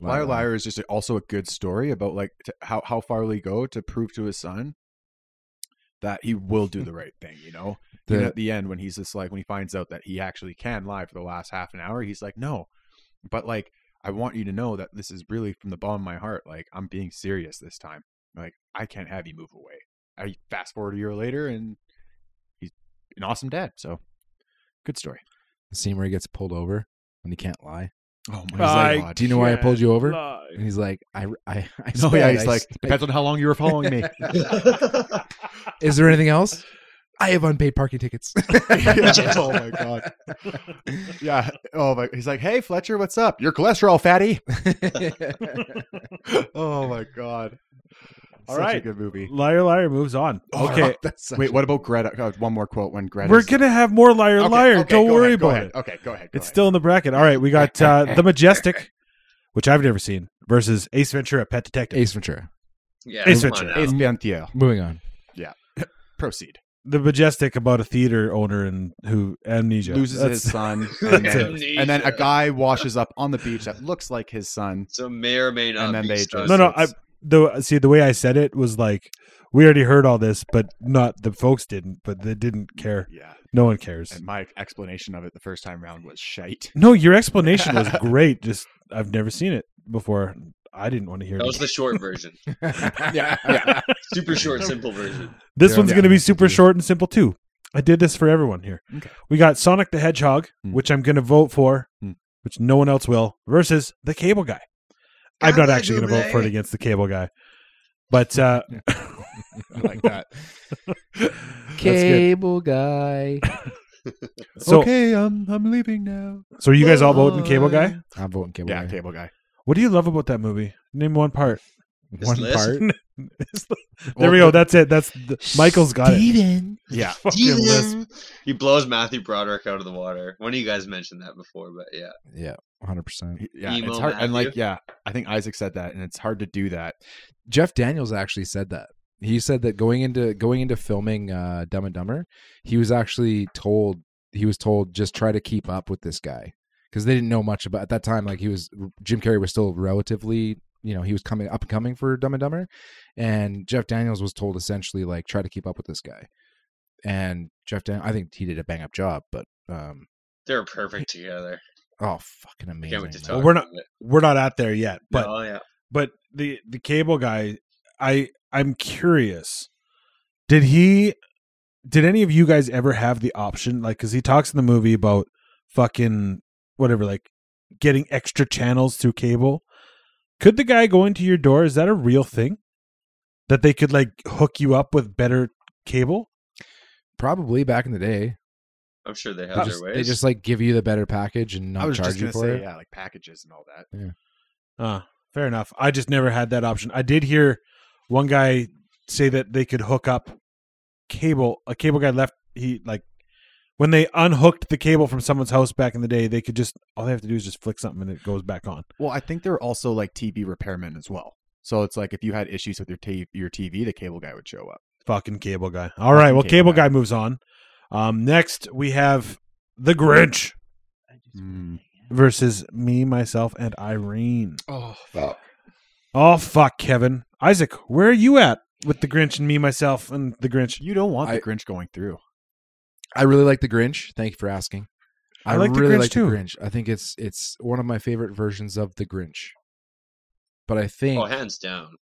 S4: Liar Liar is just also a good story about like to, how how far we go to prove to his son that he will do the right thing. You know, and
S3: The,
S4: at the end when he's just like when he finds out that he actually can lie for the last half an hour, he's like, no, but like I want you to know that this is really from the bottom of my heart. Like I'm being serious this time. Like I can't have you move away. I fast forward a year later and he's an awesome dad. So good story.
S3: the scene where he gets pulled over and he can't lie.
S4: Oh
S3: my I God. Do you know why I pulled you over? And
S2: Lie.
S3: he's like, I, I, I
S4: No,
S3: said
S4: Oh, yeah,
S3: I
S4: he's like,
S3: s- I-
S4: depends on how long you were following me.
S3: is there anything else? I have unpaid parking tickets.
S4: Yeah. Oh my god. Yeah. Oh my. He's like, hey Fletcher, what's up? Your cholesterol, fatty. oh my god.
S2: All
S4: All right.
S2: right.
S4: good movie.
S2: Liar Liar moves on.
S3: Oh.
S2: okay,
S3: That's such
S4: Wait, what about Greta? God, one more quote. When Greta,
S2: we're gonna have more Liar Liar. Don't worry about it.
S4: Okay, go ahead. go
S2: It's
S4: ahead.
S2: still in the bracket. All right, we got uh, The Majestic, which I've never seen, versus Ace Ventura: Pet
S3: a-
S2: Detective.
S3: Ace Ventura.
S7: Yeah,
S2: Ace
S7: come on
S2: Ventura.
S7: now.
S4: Ace Ventura.
S3: Moving on.
S4: Proceed.
S2: The Majestic about a theater owner and who amnesia
S4: Loses
S2: That's-
S4: his son, and
S2: that's
S4: then,
S7: it.
S4: and then a guy washes up on the beach that looks like his son.
S7: So may or may not.
S4: And then
S7: be
S4: they
S7: Star
S2: No, no, I
S7: Citizen.
S2: the see the way I said it was like we already heard all this, but not the folks didn't, but they didn't care.
S4: Yeah.
S2: No one cares.
S4: And my explanation of it the first time round was shite.
S2: No, your explanation was great. Just I've never seen it before. I didn't want to hear
S7: That
S2: it.
S7: was the short version.
S4: yeah, yeah.
S7: Super short, simple version.
S2: This
S3: Yeah.
S2: one's
S3: Yeah.
S2: going to be super short and simple too. I did this for everyone here.
S4: Okay.
S2: We got Sonic the Hedgehog,
S4: Hmm.
S2: which I'm going to vote for,
S4: Hmm.
S2: which no one else will, versus the Cable Guy. I'm not
S7: Cable
S2: actually going to vote for it
S7: guy.
S2: against the Cable Guy, but uh,
S4: I like that.
S2: that's good.
S3: guy.
S2: So,
S4: okay, I'm I'm leaving now.
S2: so are you guys all voting Cable Guy?
S3: I'm voting cable
S4: Yeah,
S3: guy.
S4: cable guy.
S2: What do you love about that movie? Name one part.
S7: This
S3: One
S7: list?
S3: part.
S2: there we go. That's it. That's the, Michael's got it.
S3: Steven.
S4: Yeah.
S2: Fucking list.
S7: He blows Matthew Broderick out of the water. One of you guys mentioned that before, but yeah.
S3: Yeah, 100%.
S4: Yeah,
S7: Emo
S4: it's hard. And like,
S7: Matthew.
S4: yeah, I think Isaac said that, and it's hard to do that.
S3: Jeff Daniels actually said that. He said that going into going into filming uh, Dumb and Dumber, he was actually told he was told just try to keep up with this guy because they didn't know much about at that time. Like he was Jim Carrey was still relatively you know he was coming up and coming for Dumb and Dumber, and Jeff Daniels was told essentially like try to keep up with this guy, and Jeff Dan I think he did a bang up job, but um
S7: They're perfect together.
S3: oh fucking amazing.
S7: Can't wait to
S3: man.
S7: talk.
S2: Well, we're not-
S7: about it.
S2: We're not at there yet, but
S7: no, yeah.
S2: but the the cable guy i i'm curious did he did any of you guys ever have the option like because he talks in the movie about fucking whatever like getting extra channels through cable could the guy go into your door is that a real thing that they could like hook you up with better cable
S3: Probably back in the day,
S7: I'm sure they
S3: they
S7: have
S3: just,
S7: their ways.
S3: they just like give you the better package and
S4: I
S3: not
S4: was
S3: charge
S4: just
S3: you
S4: gonna
S3: for
S4: say,
S3: it.
S4: yeah, like packages and all that.
S2: uh fair enough i just never had that option i did hear one guy say that they could hook up cable a cable guy left he like when they unhooked the cable from someone's house back in the day they could just all they have to do is just flick something and it goes back on
S4: Well, I think they're also like TV repairmen as well. So it's like if you had issues with your t- your TV, the cable guy would show up.
S2: fucking cable guy all right
S4: Fucking
S2: well
S4: cable
S2: cable guy
S4: guy.
S2: moves on um next we have the grinch
S4: Hmm.
S2: versus me myself and irene
S4: Oh,
S2: oh fuck kevin isaac where are you at with the grinch and me myself and the grinch
S4: you don't want
S3: I-
S4: the Grinch going through.
S3: I really like the Grinch. Thank you for asking.
S2: I like the
S3: really
S2: Grinch
S3: like
S2: too.
S3: the Grinch. I think it's it's one of my favorite versions of the Grinch. But I think
S7: oh, hands down.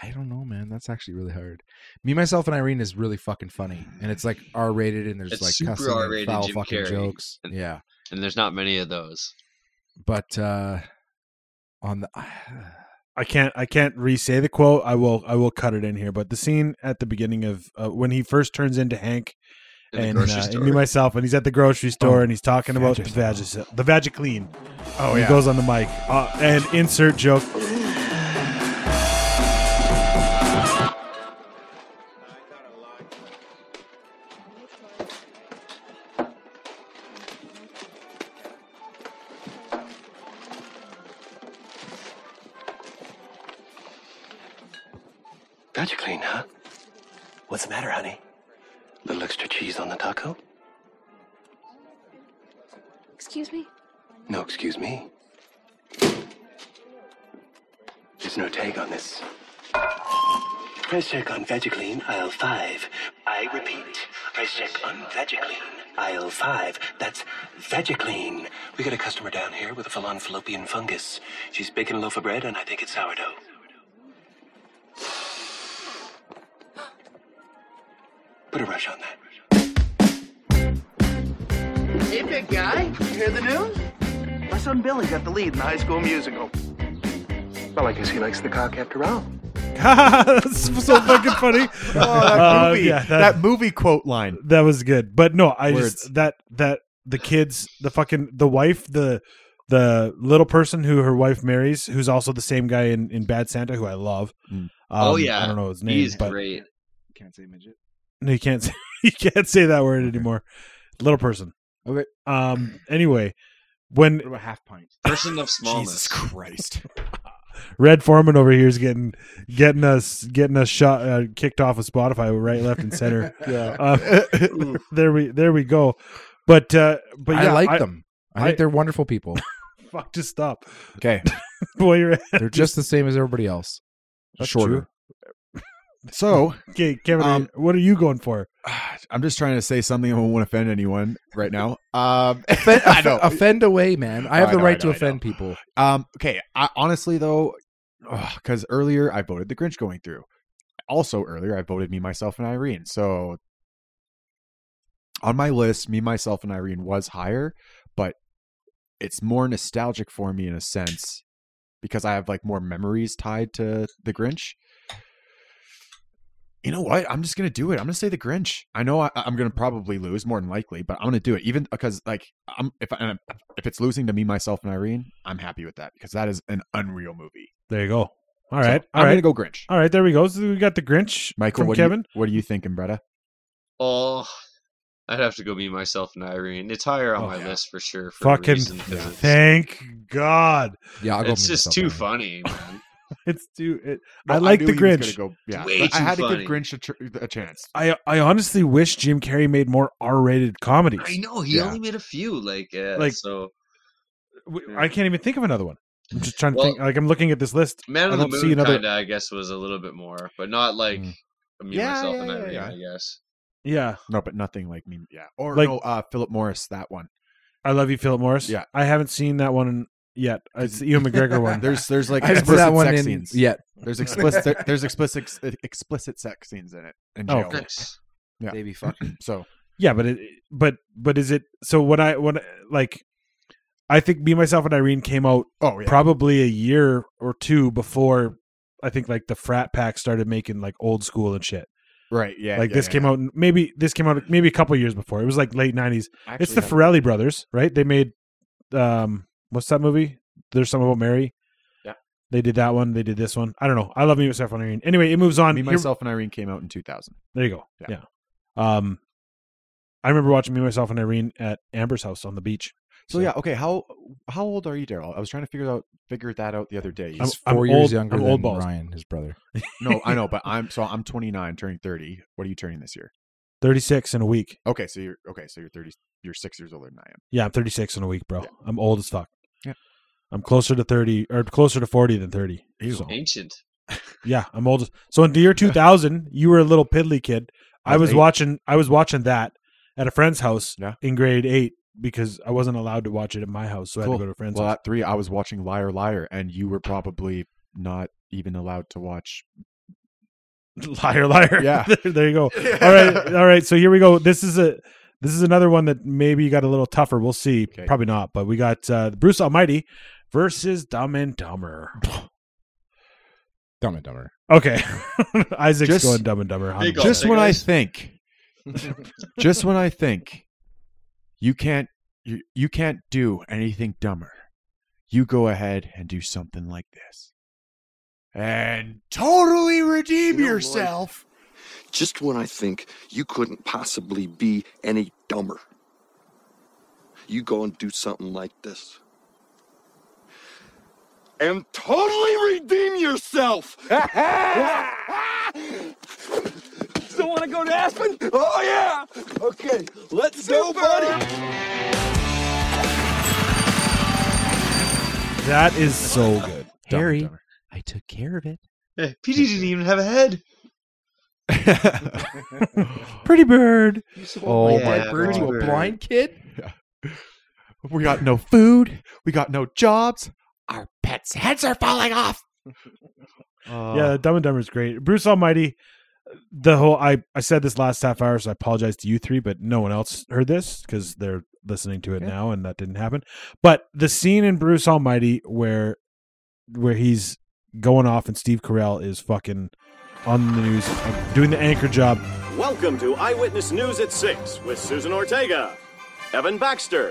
S3: I don't know, man. That's actually really hard. Me, myself, and Irene is really fucking funny, and it's like R rated, and there's
S7: It's
S3: like
S7: super
S3: cussing and
S7: R-rated
S3: foul
S7: Jim
S3: fucking
S7: Carrey.
S3: jokes.
S7: And-
S3: Yeah,
S7: And there's not many of those.
S3: but uh on the
S2: I can't I can't re-say the quote. I will I will cut it in here. But the scene at the beginning of uh, when he first turns into Hank
S7: In the
S2: and,
S7: grocery
S2: uh, and
S7: store.
S2: me myself, and he's at the grocery store and he's talking about the vagi the vagiclean. Oh He goes on the mic uh, and insert joke.
S5: Got you clean, huh? What's the matter, honey?
S8: Little extra cheese on the taco?
S10: Excuse me?
S8: No, excuse me. There's no tag on this. Price check on Vegiclean, aisle 5. I repeat, price check on Vegiclean, aisle 5. That's Vegiclean. We got a customer down here with a full on fallopian fungus. She's baking a loaf of bread, and I think it's sourdough. Put a rush on that.
S11: Hey, big guy. You hear the news? My son Billy got the lead in High School Musical.
S8: Well, I guess he likes the car kept around.
S2: That's so fucking funny.
S4: that
S2: Uh,
S4: movie- that movie quote line.
S2: That was good. But no, I
S4: Words.
S2: just that that the kids, the fucking the wife, the the little person who her wife marries, who's also the same guy in, in Bad Santa, who I love. Um,
S7: oh yeah,
S2: I don't know his name,
S7: He's
S2: but
S7: great.
S3: Can't say midget.
S2: no, you can't say, you can't say that word anymore. Little person.
S3: Okay.
S2: Um. Anyway, when
S3: What about half pint?
S7: Person of smallness.
S4: Christ.
S2: Red Foreman over here is getting getting us getting us shot uh, kicked off of Spotify right, left, and center.
S4: Yeah.
S2: Um, there we there we go. But uh, but
S3: I
S2: yeah,
S3: like them. I,
S2: I-
S3: think they're wonderful people.
S2: Fuck, just stop.
S3: Okay,
S2: Well, you're
S3: they're just the same as everybody else.
S4: That's
S3: Shorter.
S4: So
S2: okay, Kevin. are
S4: Um,
S2: you- what are you going for?
S4: I'm just trying to say something I won't want to offend anyone right now. Um,
S3: Offend,
S4: I know.
S3: offend away, man.
S7: Oh,
S3: I have
S4: I
S3: the
S4: know,
S3: right
S4: I know,
S3: to
S4: I know.
S3: offend people.
S4: Um, okay, I, honestly though, because earlier I voted the Grinch going through. Also earlier I voted me, myself, and Irene. So on my list, me, myself, and Irene was higher, but it's more nostalgic for me in a sense because I have like more memories tied to the Grinch. You know what? I'm just gonna do it. I'm gonna say the Grinch. I know I, I'm gonna probably lose more than likely, but I'm gonna do it. Even because like I'm if I, and if it's losing to me, myself, and Irene, I'm happy with that because that is an unreal movie.
S2: There you go. All right,
S4: So,
S2: all
S4: I'm
S2: right,
S4: gonna go Grinch.
S2: all right. There we go. So we got the Grinch
S4: Michael,
S2: from
S4: what
S2: Kevin.
S4: Do you, what are you thinking, Bretta?
S7: Oh, I'd have to go me myself and Irene. It's higher on
S2: Oh,
S7: my
S2: yeah.
S7: list for sure. For a
S2: Fucking
S7: reason, 'cause it's,
S2: thank God.
S3: Yeah, I'll go.
S7: it's
S3: with
S7: just
S3: myself,
S7: too
S3: man.
S7: funny, man.
S2: It's too. It, I
S4: Well,
S2: like
S4: knew
S2: the
S4: he was
S2: Grinch.
S4: gonna Go, yeah,
S7: Way
S4: but I
S7: too
S4: had to
S7: funny.
S4: give Grinch a, tr- a chance.
S2: I I honestly wish Jim Carrey made more R-rated comedies.
S7: I know he
S4: Yeah.
S7: only made a few, like, uh,
S2: Like-
S7: so.
S2: W- I can't even think of another one. I'm just trying to
S7: Well-
S2: think. Like I'm looking at this list.
S7: Man
S2: I
S7: on the
S2: don't see
S7: Moon,
S2: another-
S7: kinda, I guess, was a little bit more, but not like
S4: Mm.
S7: me
S4: Yeah,
S7: myself
S4: yeah,
S7: and
S4: yeah,
S7: Irene.
S4: yeah.
S7: I guess.
S2: Yeah,
S4: No, but nothing like me. Yeah, or
S2: Like-
S4: no, uh, Philip Morris, that one.
S2: I love you, Philip Morris.
S4: Yeah.
S2: I haven't seen that one yet. It's the Ewan McGregor one.
S4: There's there's like
S3: I haven't put
S4: explicit
S3: that one
S4: sex
S3: in
S4: scenes.
S3: yet.
S4: There's explicit there- there's explicit ex- explicit sex scenes in it. In
S2: Oh,
S4: jail.
S2: okay.
S7: Nice.
S4: Yeah.
S3: Baby fucking.
S4: So
S2: Yeah, but it, but but is it so? When I when like, I think me myself and Irene came out
S4: oh yeah.
S2: probably a year or two before. I think like the frat pack started making like old school and shit.
S4: right yeah
S2: like this came out in- maybe this came out maybe a couple years before. It was like late nineties.
S4: out.
S2: It's the Ferrelli brothers, right? They made um what's that movie? There's something about Mary.
S4: Yeah.
S2: They did that one. They did this one. I don't know. I love me myself and Irene. Anyway, it moves on.
S4: me
S2: You're-
S4: myself and Irene came out in 2000.
S2: There you go. Yeah.
S4: Yeah.
S2: Um, I remember watching me myself and Irene at Amber's house on the beach.
S4: So yeah, okay. How how old are you, Daryl? I was trying to figure out figure that out the other day.
S2: I'm-
S4: He's-
S3: 4 years
S2: old-
S3: younger
S2: I'm
S3: than
S2: old balls.
S3: Ryan, his brother.
S4: no, I know, but I'm so I'm 29, turning 30. What are you turning this year?
S2: Thirty six in a week.
S4: Okay, so you're okay, so you're 30. You're six years older than I am.
S2: Yeah, I'm thirty six in a week, bro.
S4: Yeah.
S2: I'm old as fuck.
S4: Yeah.
S2: I'm closer to thirty or closer to forty than thirty. So,
S7: Ancient.
S2: yeah, I'm old. as- So in the year two thousand, you were a little piddly kid.
S4: I
S2: I
S4: was
S2: was
S4: eight.
S2: watching. I was watching that at a friend's house
S4: Yeah.
S2: in grade eight because I wasn't allowed to watch it at my house, so I had to
S4: Cool.
S2: go to a friend's
S4: Well,
S2: house.
S4: at three, I was watching Liar Liar, and you were probably not even allowed to watch.
S2: liar liar
S4: Yeah.
S2: there, there you go all right
S4: uh,
S2: all right so here we go this is a this is another one that maybe got a little tougher we'll see
S4: Okay.
S2: probably not but we got uh, bruce almighty versus dumb and dumber
S3: Dumb and dumber.
S2: okay isaac's
S4: Just-
S2: going dumb and dumber 100%.
S7: Big Go,
S4: just
S7: big
S4: when I
S7: guys.
S4: think, just when I think, you can't you, you can't do anything dumber. You go ahead and do something like this, and totally
S6: You
S4: redeem
S6: know, Lloyd,
S4: yourself.
S6: Just when I think you couldn't possibly be any dumber, you go and do something like this. And totally redeem yourself! so
S5: don't want to go to Aspen? Oh, yeah! Okay, let's go, buddy!
S2: That is so good.
S3: Harry.
S10: I took care of it.
S7: Eh, PD didn't even have a head.
S2: Pretty bird.
S3: Oh my
S7: Yeah,
S3: bird, you a
S7: bird.
S3: blind kid?
S4: We got no food. We got no jobs. Our pets' heads are falling off. Uh,
S2: yeah, Dumb and Dumber is great. Bruce Almighty. The whole I I said this last half hour, so I apologize to you three, but no one else heard this because they're listening to it
S3: Yeah.
S2: now, and that didn't happen. But the scene in Bruce Almighty where where he's going off and Steve Carell is fucking on the news uh, doing the anchor job.
S1: Welcome to Eyewitness News at 6 with Susan Ortega, Evan Baxter,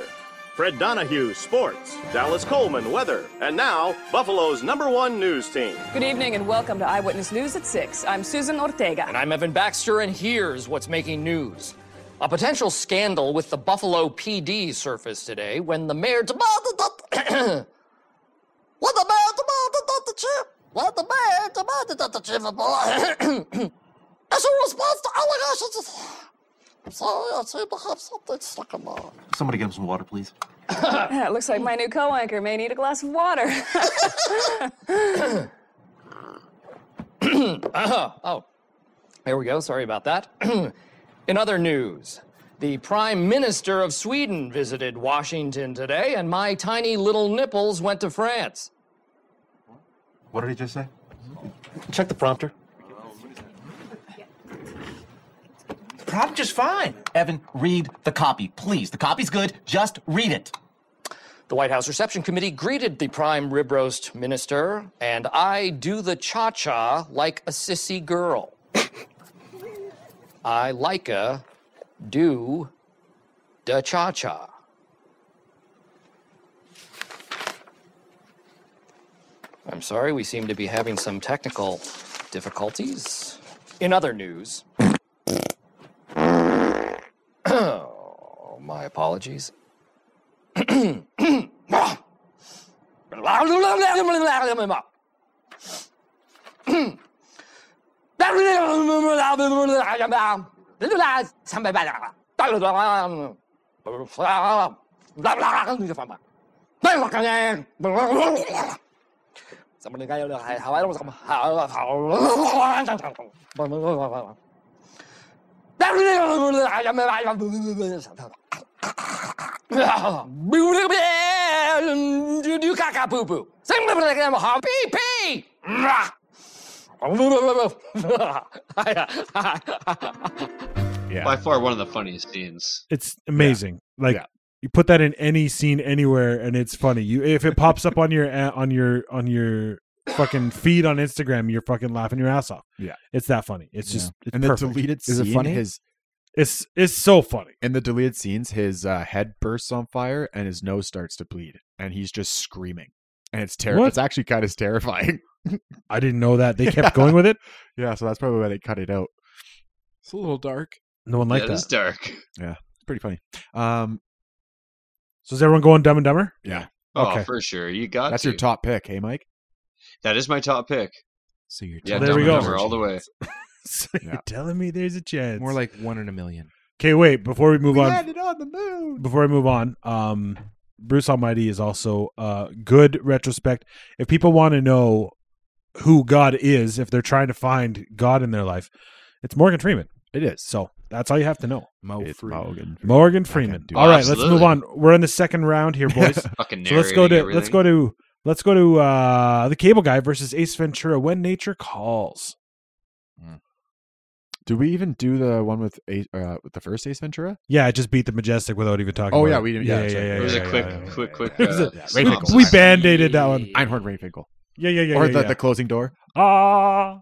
S1: Fred Donahue, Sports, Dallas Coleman, Weather, and now Buffalo's number one news team.
S12: Good evening and welcome to Eyewitness News at 6. I'm Susan Ortega.
S13: And I'm Evan Baxter, and here's what's making news. A potential scandal with the Buffalo PD surfaced today when the mayor demanded that. when the mayor demanded that the chief. When the mayor demanded that the chief of police. as a response to allegations of. I'm sorry, I seem to have something stuck in my.
S10: Somebody get him some water, please.
S12: Yeah, it looks like my new co anchor may need a glass of water.
S13: Uh-huh. Oh, there we go. Sorry about that. In other news, the Prime Minister of Sweden visited Washington today, and my tiny little nipples went to France.
S10: What did he just say? Check the prompter. The prompter's fine. Evan, read the copy, please. The copy's good. Just read it.
S13: The White House Reception Committee greeted the Prime Rib Roast Minister, and I do the cha cha like a sissy girl. I like a do da cha cha. I'm sorry, we seem to be having some technical difficulties. In other news, oh, my apologies. Do caca poo poo. Sing the like I'm a pee pee.
S7: By far one of the funniest scenes.
S2: It's amazing. Like you put that in any scene anywhere, and it's funny. You if it pops up on your on your on your fucking feed on Instagram, you're fucking laughing your ass off.
S4: Yeah.
S2: it's that funny. It's just
S4: Yeah.
S2: it's
S4: and
S2: perfect.
S4: the deleted scene
S3: Is it funny?
S4: his
S2: it's it's so funny
S4: in the deleted scenes his uh, head bursts on fire and his nose starts to bleed and he's just screaming and it's terrifying
S2: What?
S4: it's actually kind of terrifying
S2: I didn't know that they kept going with it.
S4: yeah so that's probably why they cut it out it's a little dark
S2: No one
S7: That
S2: liked
S7: is
S2: that.
S7: dark.
S4: it's pretty funny um
S2: So is everyone going Dumb and Dumber?
S4: yeah
S7: Oh,
S2: Okay.
S7: for sure. You got
S4: that's
S7: to.
S4: your top pick hey mike
S7: That is my top pick.
S3: So you're
S7: Yeah,
S2: there
S7: Dumb
S2: we
S7: and
S2: go.
S7: Dumber all the way.
S2: so
S4: Yeah.
S2: you're telling me there's a chance.
S3: more like one in a million.
S2: okay, wait before we move
S4: we
S2: on.
S4: landed on the moon
S2: before I move on, um, Bruce Almighty is also a good retrospect. If people want to know who God is, if they're trying to find God in their life, it's Morgan Freeman.
S4: it is
S2: So that's all you have to know.
S3: Mo
S4: it's
S3: free.
S4: Morgan.
S2: Morgan Freeman.
S4: do
S2: All
S7: it.
S2: right, let's move
S7: Oh, Absolutely.
S2: on. We're in the second round here, boys. so
S7: Fucking
S2: let's go
S7: narrating
S2: to
S7: everything.
S2: let's go to let's go to uh the Cable Guy versus Ace Ventura. When nature calls.
S4: do we even do the one with Ace- uh with the first ace ventura
S2: Yeah, I just beat the majestic without even talking.
S4: Oh,
S2: about
S4: yeah,
S2: it.
S4: we didn't-
S2: Yeah,
S4: yeah,
S2: yeah,
S4: that's
S2: yeah,
S4: right.
S2: yeah.
S7: It was
S2: yeah,
S7: a
S2: yeah,
S7: quick,
S2: yeah, yeah.
S7: quick, quick.
S2: It was
S7: Uh,
S2: a-
S4: Ray
S2: We-
S7: synopsis.
S4: Finkel.
S2: We band-aided that one.
S4: einhorn rain finkel
S2: Yeah, yeah, yeah.
S4: or
S2: yeah,
S4: the,
S2: yeah.
S4: the closing door
S2: Ah.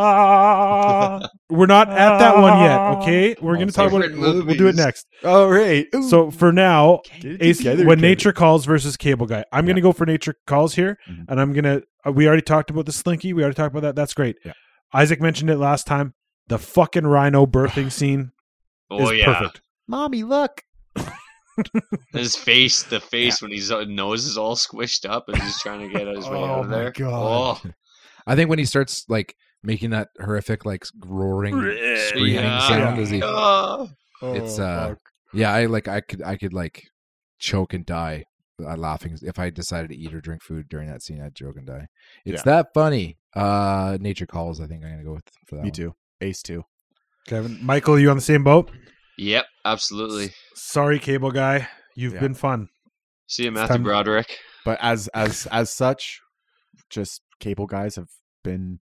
S2: Ah. We're not at that one yet, okay? We're
S4: Oh,
S2: going to talk about it.
S7: different
S2: We'll, we'll do it
S7: movies.
S2: next.
S4: all right Ooh.
S2: So for now,
S4: Get it
S2: Ace,
S4: together,
S2: when
S4: kid.
S2: nature calls versus cable guy, I'm going to go for nature calls here,
S4: Mhm.
S2: and I'm going to. Uh, we already talked about the slinky. We already talked about that. That's great.
S4: Yeah.
S2: Isaac mentioned it last time. The fucking rhino birthing scene
S7: Oh,
S2: is
S7: yeah.
S2: perfect.
S4: mommy look
S7: His face, the face when his uh, nose is all squished up and he's trying to get his way
S4: Oh
S7: out of
S4: my
S7: there.
S4: God.
S7: Oh,
S3: I think when he starts like making that horrific like roaring
S5: Yeah.
S3: screaming sound as he
S2: Ah.
S5: Yeah.
S3: it's
S5: Oh,
S3: uh
S5: fuck.
S3: yeah i like i could i could like choke and die uh, laughing if i decided to eat or drink food during that scene i'd choke and die it's
S4: Yeah.
S3: that funny uh nature calls i think i'm gonna go with for that
S4: Me
S3: one.
S4: too. Ace too.
S2: Kevin, Michael, you on the same boat?
S7: Yep, absolutely.
S2: Sorry, cable guy. You've
S7: Yeah.
S2: been fun.
S7: See you,
S2: It's
S7: Matthew
S2: time-
S7: Broderick.
S4: But as as as such, just cable guys have been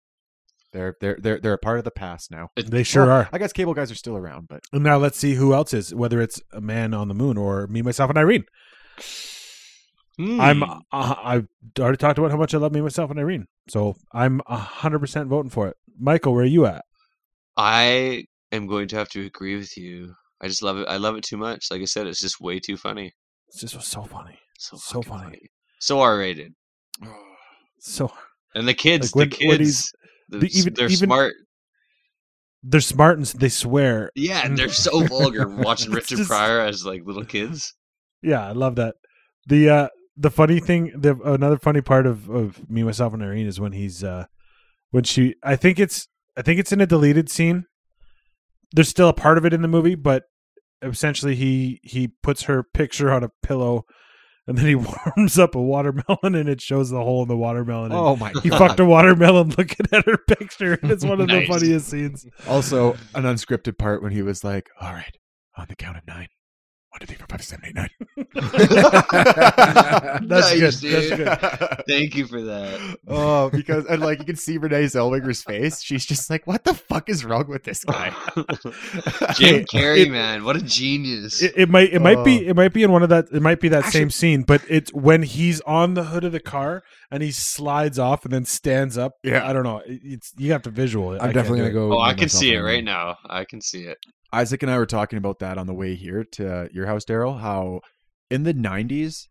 S4: they're they're they're they're a part of the past now.
S2: They sure
S4: Well,
S2: are.
S4: I guess cable guys are still around, but
S2: And now let's see who else is, whether it's a man on the moon or me, myself, and Irene.
S7: Hmm.
S2: I'm uh, I already talked about how much I love me, myself, and Irene. So I'm hundred percent voting for it. Michael, where are you at?
S7: I am going to have to agree with you. I just love it. I love it too much. Like I said, it's just way too funny.
S2: It's just so funny.
S7: So,
S2: funny.
S7: So R rated.
S2: So
S7: And the kids,
S2: Like when-
S7: the
S2: when he's-
S7: kids, the,
S2: the- even-
S7: they're
S2: even-
S7: smart.
S2: they're smart and s- they swear.
S7: Yeah,
S2: and
S7: and they're so vulgar watching
S2: Mm. It's
S7: Richard
S2: just-
S7: Pryor as like little kids.
S2: Yeah, I love that. The uh the funny thing the another funny part of, of me, myself and Irene is when he's uh when she I think it's I think it's in a deleted scene. There's still a part of it in the movie, but essentially he he puts her picture on a pillow and then he warms up a watermelon and it shows the hole in the watermelon. and
S4: Oh my
S2: He
S4: God.
S2: fucked a watermelon looking at her picture and it's one of the funniest scenes.
S4: Also, an unscripted part when he was like, "All right, on the count of nine, one, two, three, four, five, six, seven, eight, nine.
S2: That's
S7: Nice,
S2: good. That's
S7: dude.
S2: good.
S7: Thank you for that.
S4: Oh, because and like you can see Renee Zellweger's face. She's just like, "What the fuck is wrong with this guy?"
S7: Jim Carrey,
S4: It-
S7: man, what a genius.
S2: It, it might it might
S4: Oh.
S2: be it might be in one of that it might be that same scene, but it's when he's on the hood of the car and he slides off and then stands up.
S4: Yeah.
S2: I don't know. It- It's you have to visual. it.
S4: I'm
S2: I can't
S4: definitely
S2: do
S4: gonna go
S7: Oh,
S4: with
S7: I
S4: me,
S7: can
S4: myself,
S7: see it
S4: and
S7: right now. I can see it.
S4: Isaac and I were talking about that on the way here to your house, Daryl. How in the '90s,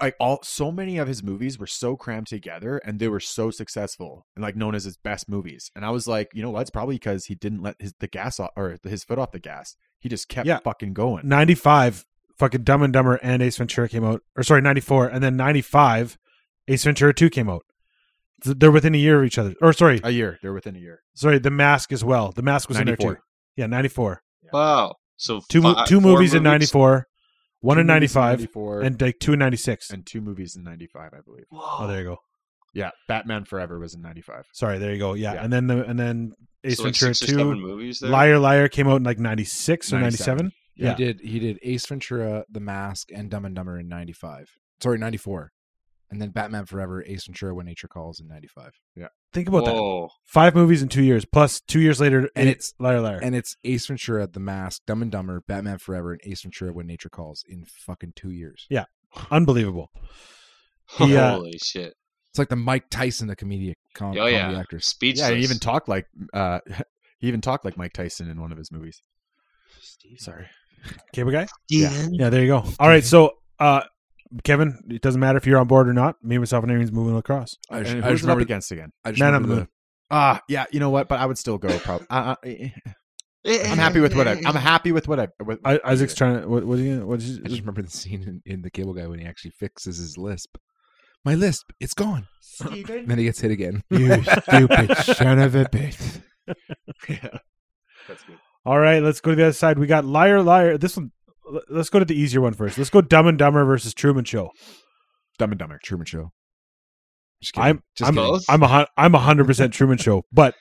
S4: like all so many of his movies were so crammed together and they were so successful and like known as his best movies. And I was like, you know what? It's probably because he didn't let his the gas off or his foot off the gas. He just kept fucking going.
S2: Ninety five, fucking Dumb and Dumber and Ace Ventura came out, or sorry, ninety four, and then ninety five, Ace Ventura two came out. Th- They're within a year of each other, or sorry,
S4: A year. They're within a year.
S2: sorry, The Mask as well. The Mask was in there too.
S4: 94.
S2: Yeah, ninety four.
S7: Wow. So
S2: Two mo-
S7: fi-
S2: two
S7: four
S2: movies in ninety four, one
S4: Two
S2: in
S4: movies in
S2: ninety five,
S4: 94.
S2: and like two in ninety six.
S4: And two movies in '95, I believe.
S2: Oh, there you go.
S4: Yeah, Batman Forever was in '95.
S2: Sorry, there you go. Yeah, and then the and then Ace
S4: So, like,
S2: Ventura
S4: six or
S2: Two,
S4: seven movies there?
S2: Liar Liar came out in like ninety six or ninety
S3: 97.
S2: seven. Yeah,
S3: He did he did Ace Ventura, The Mask, and Dumb and Dumber in ninety five. Sorry, ninety four. And then Batman Forever, Ace Ventura When Nature Calls in ninety five.
S4: Yeah.
S2: think about that. Five movies in two years, plus two years later,
S3: And
S2: and
S3: it's-
S2: it's Liar Liar.
S3: And it's Ace Ventura, The Mask, Dumb and Dumber, Batman Forever, and Ace Ventura When Nature Calls in fucking two years.
S2: yeah, unbelievable. He, uh,
S7: Holy shit.
S3: It's like the Mike Tyson, the comedian com-
S7: Oh,
S3: comedy
S7: yeah.
S3: actor.
S7: Speechless.
S4: Yeah, he even talked like uh, he even talked like Mike Tyson in one of his movies. Sorry.
S2: Cable guy.
S4: Yeah.
S2: Yeah, there you go. All right, so uh, Kevin, it doesn't matter if you're on board or not. Me, myself, and Irene's moving across.
S4: I just, and who's it up against again?
S2: Man on the Moon.
S4: Ah, yeah. You know what? But I would still go. Probably. uh,
S7: Eh,
S4: I'm happy with what I. I'm happy with what I. With,
S2: I, Isaac's trying to. What, what do you? What did you?
S3: I just remember the scene in, in The Cable Guy when he actually fixes his lisp. My lisp, it's gone.
S5: Steven?
S3: then he gets hit again.
S2: You stupid son of a bitch.
S4: That's good.
S2: All right, let's go to the other side. We got Liar Liar. This one. l- Let's go to the easier one first. Let's go Dumb and Dumber versus Truman Show.
S4: Dumb and Dumber.
S3: Truman Show. Just kidding.
S2: I'm
S3: Just
S2: I'm
S3: kidding.
S2: I'm a hun- I'm a hundred percent Truman Show, but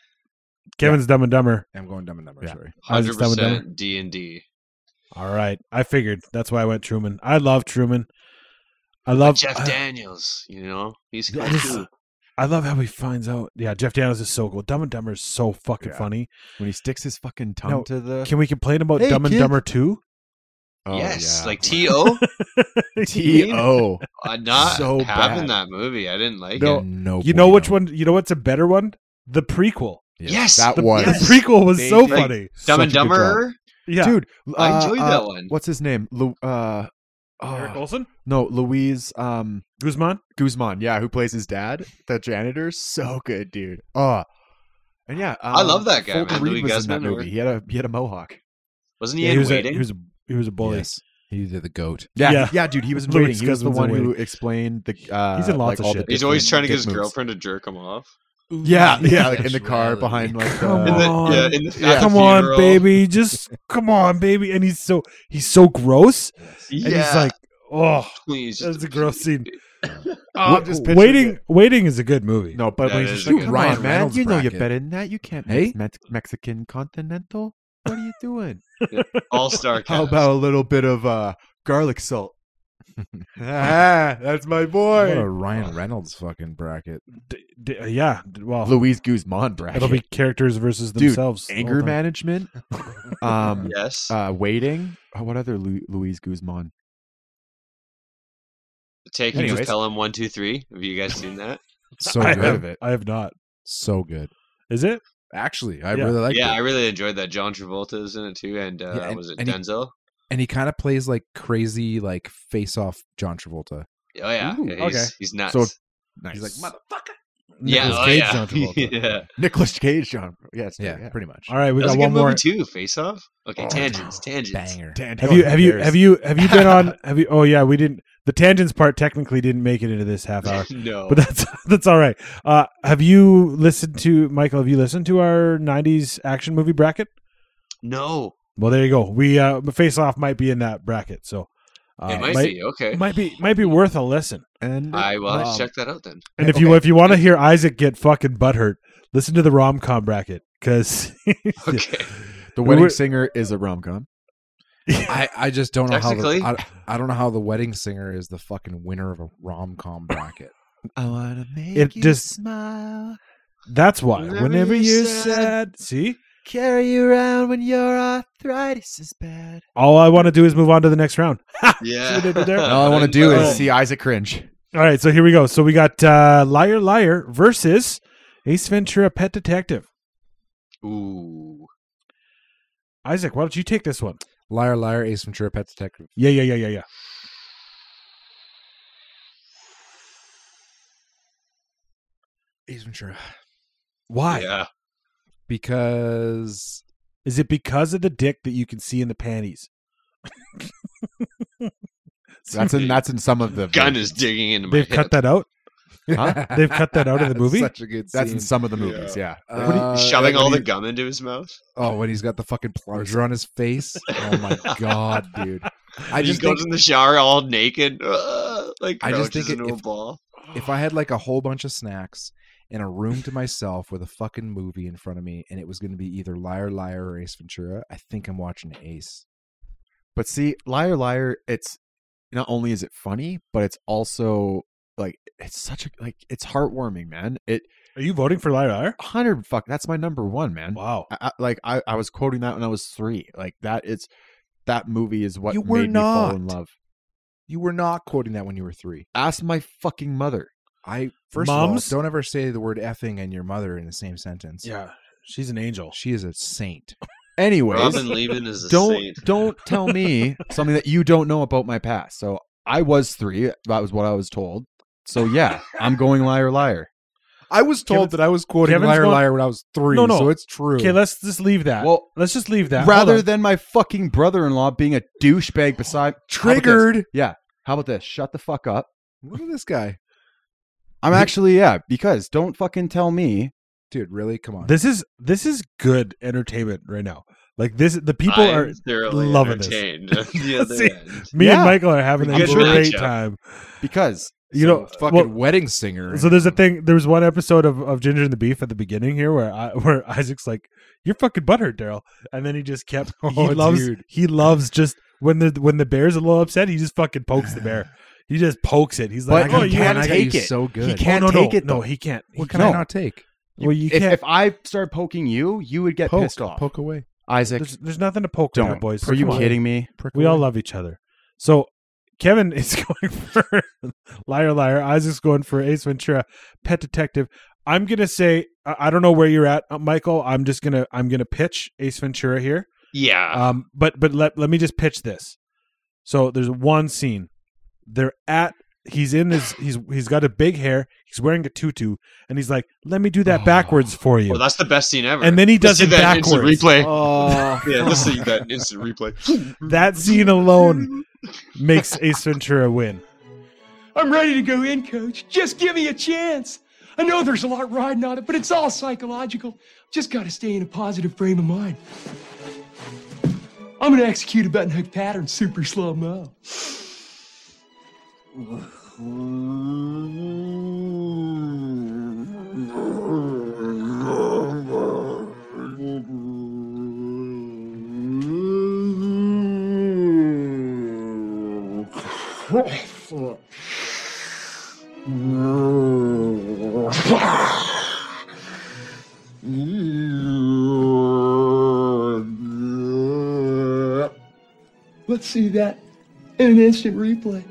S2: Kevin's Dumb and Dumber.
S3: I'm going Dumb and Dumber. Sorry.
S2: Isaac's
S7: Hundred
S2: Dumb and Dumber.
S7: percent D and D.
S2: All right, I figured that's why I went Truman. I love Truman. I love
S7: Jeff
S2: I-
S7: Daniels, you know, he's cool
S2: I, just-
S7: too.
S2: I love how he finds out. Yeah, Jeff Daniels is so cool. Dumb and Dumber is so fucking
S4: Yeah.
S2: funny.
S4: When he sticks his fucking tongue
S2: Now,
S4: to the.
S2: Can we complain about
S4: Hey,
S2: Dumb and
S4: kid.
S2: Dumber Two?
S4: Oh,
S7: yes,
S4: yeah.
S7: like T O.
S2: E
S4: T.O..
S7: I'm not
S4: So
S7: having
S4: bad.
S7: that movie. I didn't like
S4: No.
S7: it.
S3: Oh, No.
S2: You know which one? You know what's a better one? The prequel.
S7: Yes,
S4: that
S2: the,
S4: was
S2: the prequel was
S4: They
S2: so
S4: did
S2: funny.
S7: Dumb
S4: such
S7: and
S4: a good job.
S7: Dumber.
S2: Yeah,
S4: dude.
S7: I
S4: uh,
S7: enjoyed
S4: uh,
S7: that one.
S4: What's his name? Lu- uh, oh,
S2: Eric Olson,
S4: No, Louise um,
S2: Guzman.
S4: Guzman. Yeah, who plays his dad, the janitor. So good, dude. Oh, and yeah,
S7: I
S4: um,
S7: love that guy,
S4: Fulton
S7: man.
S4: Reed
S7: Louis
S4: was in that
S7: Guzman or-
S4: movie. He had a he had a mohawk.
S7: Wasn't he
S2: Yeah,
S7: in
S2: he was a,
S7: waiting?
S2: he was a he was a bully.
S3: Yes. He's the goat.
S4: Yeah,
S2: Yeah.
S4: yeah, dude. He was in
S2: Louis
S4: waiting. He was the
S2: Guzman's in
S4: one who
S2: Waiting.
S4: explained the. Uh,
S2: He's in lots
S4: like,
S2: of
S4: all
S2: shit.
S4: the
S7: He's always
S4: different
S7: trying to get
S4: dick
S7: his
S4: moves.
S7: girlfriend to jerk him off.
S4: Yeah, yeah, like in the
S2: That's
S4: car
S2: reality.
S4: behind like uh,
S2: come
S4: the,
S2: on, come on, baby, just come on, baby. And he's so he's so gross, and he's
S4: Yeah.
S2: like, oh,
S4: Please.
S2: that's a gross scene.
S4: Oh,
S2: Wa-
S4: I'm just picturing
S2: waiting, waiting is a good movie.
S4: No, but when he's like, Ryan, man, you know you're better than that. You can't
S2: Hey?
S4: mix Mex- Mexican Continental. What are you doing?
S7: All-star
S4: How about a little bit of uh, garlic salt? ah, that's my boy.
S3: What a Ryan Reynolds fucking bracket.
S2: yeah. Well,
S4: Louise Guzman bracket.
S2: It'll be characters versus
S4: Dude,
S2: themselves. the
S4: anger
S2: whole time.
S4: management. um,
S7: yes.
S4: Uh, waiting. Oh, what other Lu- Louise Guzman?
S7: Take and just
S4: Anyways.
S7: tell him one, two, three. Have you guys seen that?
S3: So
S2: I
S3: good.
S2: have, I have not.
S3: So good.
S2: Is it?
S3: Actually, I really like
S7: Yeah,
S3: it.
S7: I really enjoyed that. John Travolta is in it too, and, uh,
S3: Yeah, and-
S7: was it
S3: and he-
S7: Denzel?
S3: And he kind of plays like crazy, like face off John Travolta.
S7: Oh yeah,
S3: Ooh,
S7: yeah, he's,
S3: okay.
S7: he's nuts.
S3: So-
S4: Nice.
S3: He's like,
S7: motherfucker. Yeah,
S4: Nicolas
S7: oh,
S4: Cage,
S7: yeah.
S4: John Travolta.
S7: yeah.
S4: Nicholas Cage, John. Yeah, it's true,
S3: Yeah, pretty much.
S2: All right, we
S7: That was
S2: got
S7: a good
S2: one
S7: movie
S2: more.
S7: too. Face Off. Okay,
S3: Oh,
S7: tangents, tangents.
S3: banger.
S2: Have you have you have you have you been on have you oh yeah we didn't the tangents part technically didn't make it into this half hour
S7: No.
S2: but that's that's all right uh have you listened to Michael have you listened to our 90s action movie bracket
S7: No.
S2: well there you go we uh face off might be in that bracket so uh,
S7: It might be, okay.
S2: might be might be worth a listen
S4: and
S7: I will have to
S2: um,
S7: check that out then.
S2: and if you if you want to hear Isaac get fucking butthurt listen to the rom com bracket because
S4: The Wedding Singer is a rom com.
S3: I, I just don't know how the,
S4: Technically.
S3: I, I don't know how the wedding singer is the fucking winner of a rom com bracket.
S4: I wanna make
S2: It you just-
S4: smile.
S2: that's why
S4: Whenever
S2: whenever,
S4: you're
S2: you're sad
S4: sad.
S2: see
S4: Carry you around when your arthritis is bad.
S2: all I want to do is move on to the next round
S7: Yeah.
S2: See what I did there?
S4: All I want to do
S2: Oh.
S4: is see Isaac cringe.
S2: All right, so here we go. So we got uh, Liar Liar versus Ace Ventura Pet Detective.
S7: Ooh.
S2: Isaac, why don't you take this one?
S3: Liar, liar, Ace Ventura, Pet Detective.
S2: Yeah, yeah, yeah, yeah, yeah.
S3: Ace Ventura.
S2: Why?
S7: Yeah.
S3: Because
S2: Is it because of the dick that you can see in the panties?
S4: That's in that's in some of the
S7: Gun is digging into my
S2: They've cut that out.
S4: Huh?
S2: They've cut that out of the movie.
S3: Such a good
S4: That's in
S3: scene.
S4: some of the movies. Yeah.
S3: Uh,
S4: What do you-
S7: Shoving
S3: when
S7: all the
S3: he-
S7: gum into his mouth.
S3: Oh, when he's got the fucking plunger on his face. Oh my god, dude. I
S7: he
S3: just
S7: goes
S3: think,
S7: in the shower all naked, uh, like
S3: I
S7: crouches
S3: just think
S7: into
S3: it-
S7: a
S3: if-
S7: ball.
S3: if I had like a whole bunch of snacks and a room to myself with a fucking movie in front of me and it was going to be either Liar Liar or Ace Ventura, I think I'm watching Ace.
S4: But see, liar, liar. It's not only is it funny, but it's also like it's such a like it's heartwarming, man. It
S2: Are you voting for Liar Liar?
S4: hundred fuck. That's my number one, man.
S2: Wow.
S4: I, I, like I, I was quoting that when I was three. Like that is that movie is what
S3: You were
S4: made me fall in
S3: not.
S4: love.
S3: You were not quoting that when you were three.
S4: Ask my fucking mother.
S3: I first
S2: Moms?
S3: of all, don't ever say the word effing and your mother in the same sentence.
S2: Yeah, she's an angel.
S3: She is a saint.
S4: Anyways,
S7: Robin Levin is a
S4: don't
S7: saint.
S4: don't tell me something that you don't know about my past. So I was three. That was what I was told. So yeah, I'm going liar liar.
S3: I was told that I was quoting
S2: Kevin's
S3: Liar
S2: going-
S3: Liar when I was three,
S2: No, no.
S3: so it's true.
S2: Okay, let's just leave that.
S4: Well,
S2: let's just leave that.
S4: Rather
S2: Hold on.
S4: than my fucking brother-in-law being a douchebag beside How about this?
S3: Triggered.
S4: Yeah. How about this? Shut the fuck up.
S3: Look at this guy.
S4: I'm actually yeah because don't fucking tell me
S3: Dude, really? Come on.
S2: this is this is good entertainment right now. Like this, the people
S7: I'm
S2: are
S7: thoroughly
S2: loving this.
S7: entertained at the other
S2: See,
S7: end.
S2: me
S4: Yeah.
S2: and Michael are having a
S7: Good
S2: great
S7: matchup.
S2: time.
S4: because
S2: You know,
S3: fucking
S2: well,
S3: wedding singer.
S2: So there's a thing. There was one episode of, of Ginger and the Beef at the beginning here where I, where Isaac's like, "You're fucking butthurt, Daryl," and then he just kept. He
S3: Oh,
S2: loves.
S3: dude.
S2: He loves just when the when the bear's a little upset, he just fucking pokes the bear. He just pokes it. He's like,
S4: But
S2: "Oh,
S4: he
S2: you
S4: can't
S2: want- I got
S4: take
S2: you
S4: it.
S3: So good.
S4: He can't
S2: oh, no,
S4: take
S2: no,
S4: it.
S2: No,
S4: though.
S2: he can't. He
S3: What can
S2: can't.
S3: I not take?
S2: Well, you
S4: if,
S2: can't.
S4: if I start poking you, you would get pissed off.
S3: poke away.
S4: Isaac,
S2: there's, there's nothing to poke
S4: don't.
S2: at, boys.
S4: Are you
S2: Come on.
S4: kidding me?
S3: Prick
S2: We all love each other. So Kevin is going for Liar Liar. Isaac's going for Ace Ventura, Pet Detective. I'm gonna say I I don't know where you're at, uh, Michael. I'm just gonna I'm gonna pitch Ace Ventura here.
S7: Yeah.
S2: Um, but but let let me just pitch this. So there's one scene. They're at he's in his he's he's got a big hair. He's wearing a tutu, and he's like, "Let me do that backwards for you."
S7: Oh. well, that's the best scene ever.
S2: And then he does
S7: Let's see
S2: it
S7: that instant
S2: backwards.
S7: replay.
S4: Oh,
S7: yeah, let's see that instant replay.
S2: that scene alone makes Ace Ventura win.
S5: I'm ready to go in, coach. Just give me a chance.
S14: I know there's a lot riding on it, but it's all psychological. Just got to stay in a positive frame of mind. I'm going to execute a button hook pattern super slow mo. Let's see that in an instant replay.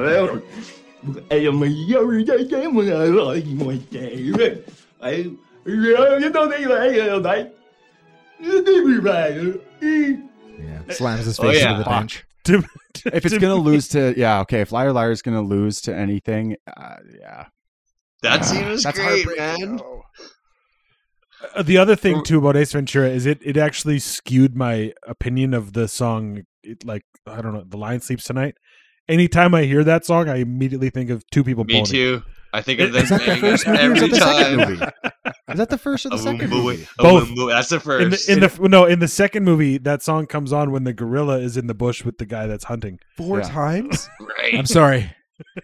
S14: I am a young game when I like my day. I, you know, they like it all night. Yeah,
S4: Slams his
S3: Oh,
S4: face
S3: yeah.
S4: into the
S3: Fuck.
S4: bench. if it's gonna lose to yeah, okay. If liar liar is gonna lose to anything, uh, yeah.
S7: That
S4: Ah,
S7: scene was
S4: that's
S7: great,
S4: heartbreaking,
S7: man.
S2: Uh, the other
S4: Oh.
S2: thing too about Ace Ventura is it it actually skewed my opinion of the song. It, like I don't know, the lion sleeps tonight. Anytime I hear that song, I immediately think of two people.
S7: Me
S2: boning.
S7: too. I think of them
S2: Is that the
S7: saying
S2: first
S7: it
S2: movie or is
S7: every
S2: that the second
S7: time.
S2: movie?
S4: Is that the first or the
S7: A
S4: second
S7: Wumbu-
S4: movie?
S7: a
S2: Both.
S7: Wumbu- that's the
S2: In
S7: first.
S2: the, in the no, in the second movie, that song comes on when the gorilla is in the bush with the guy that's hunting
S3: Four times?
S7: Right.
S3: I'm sorry.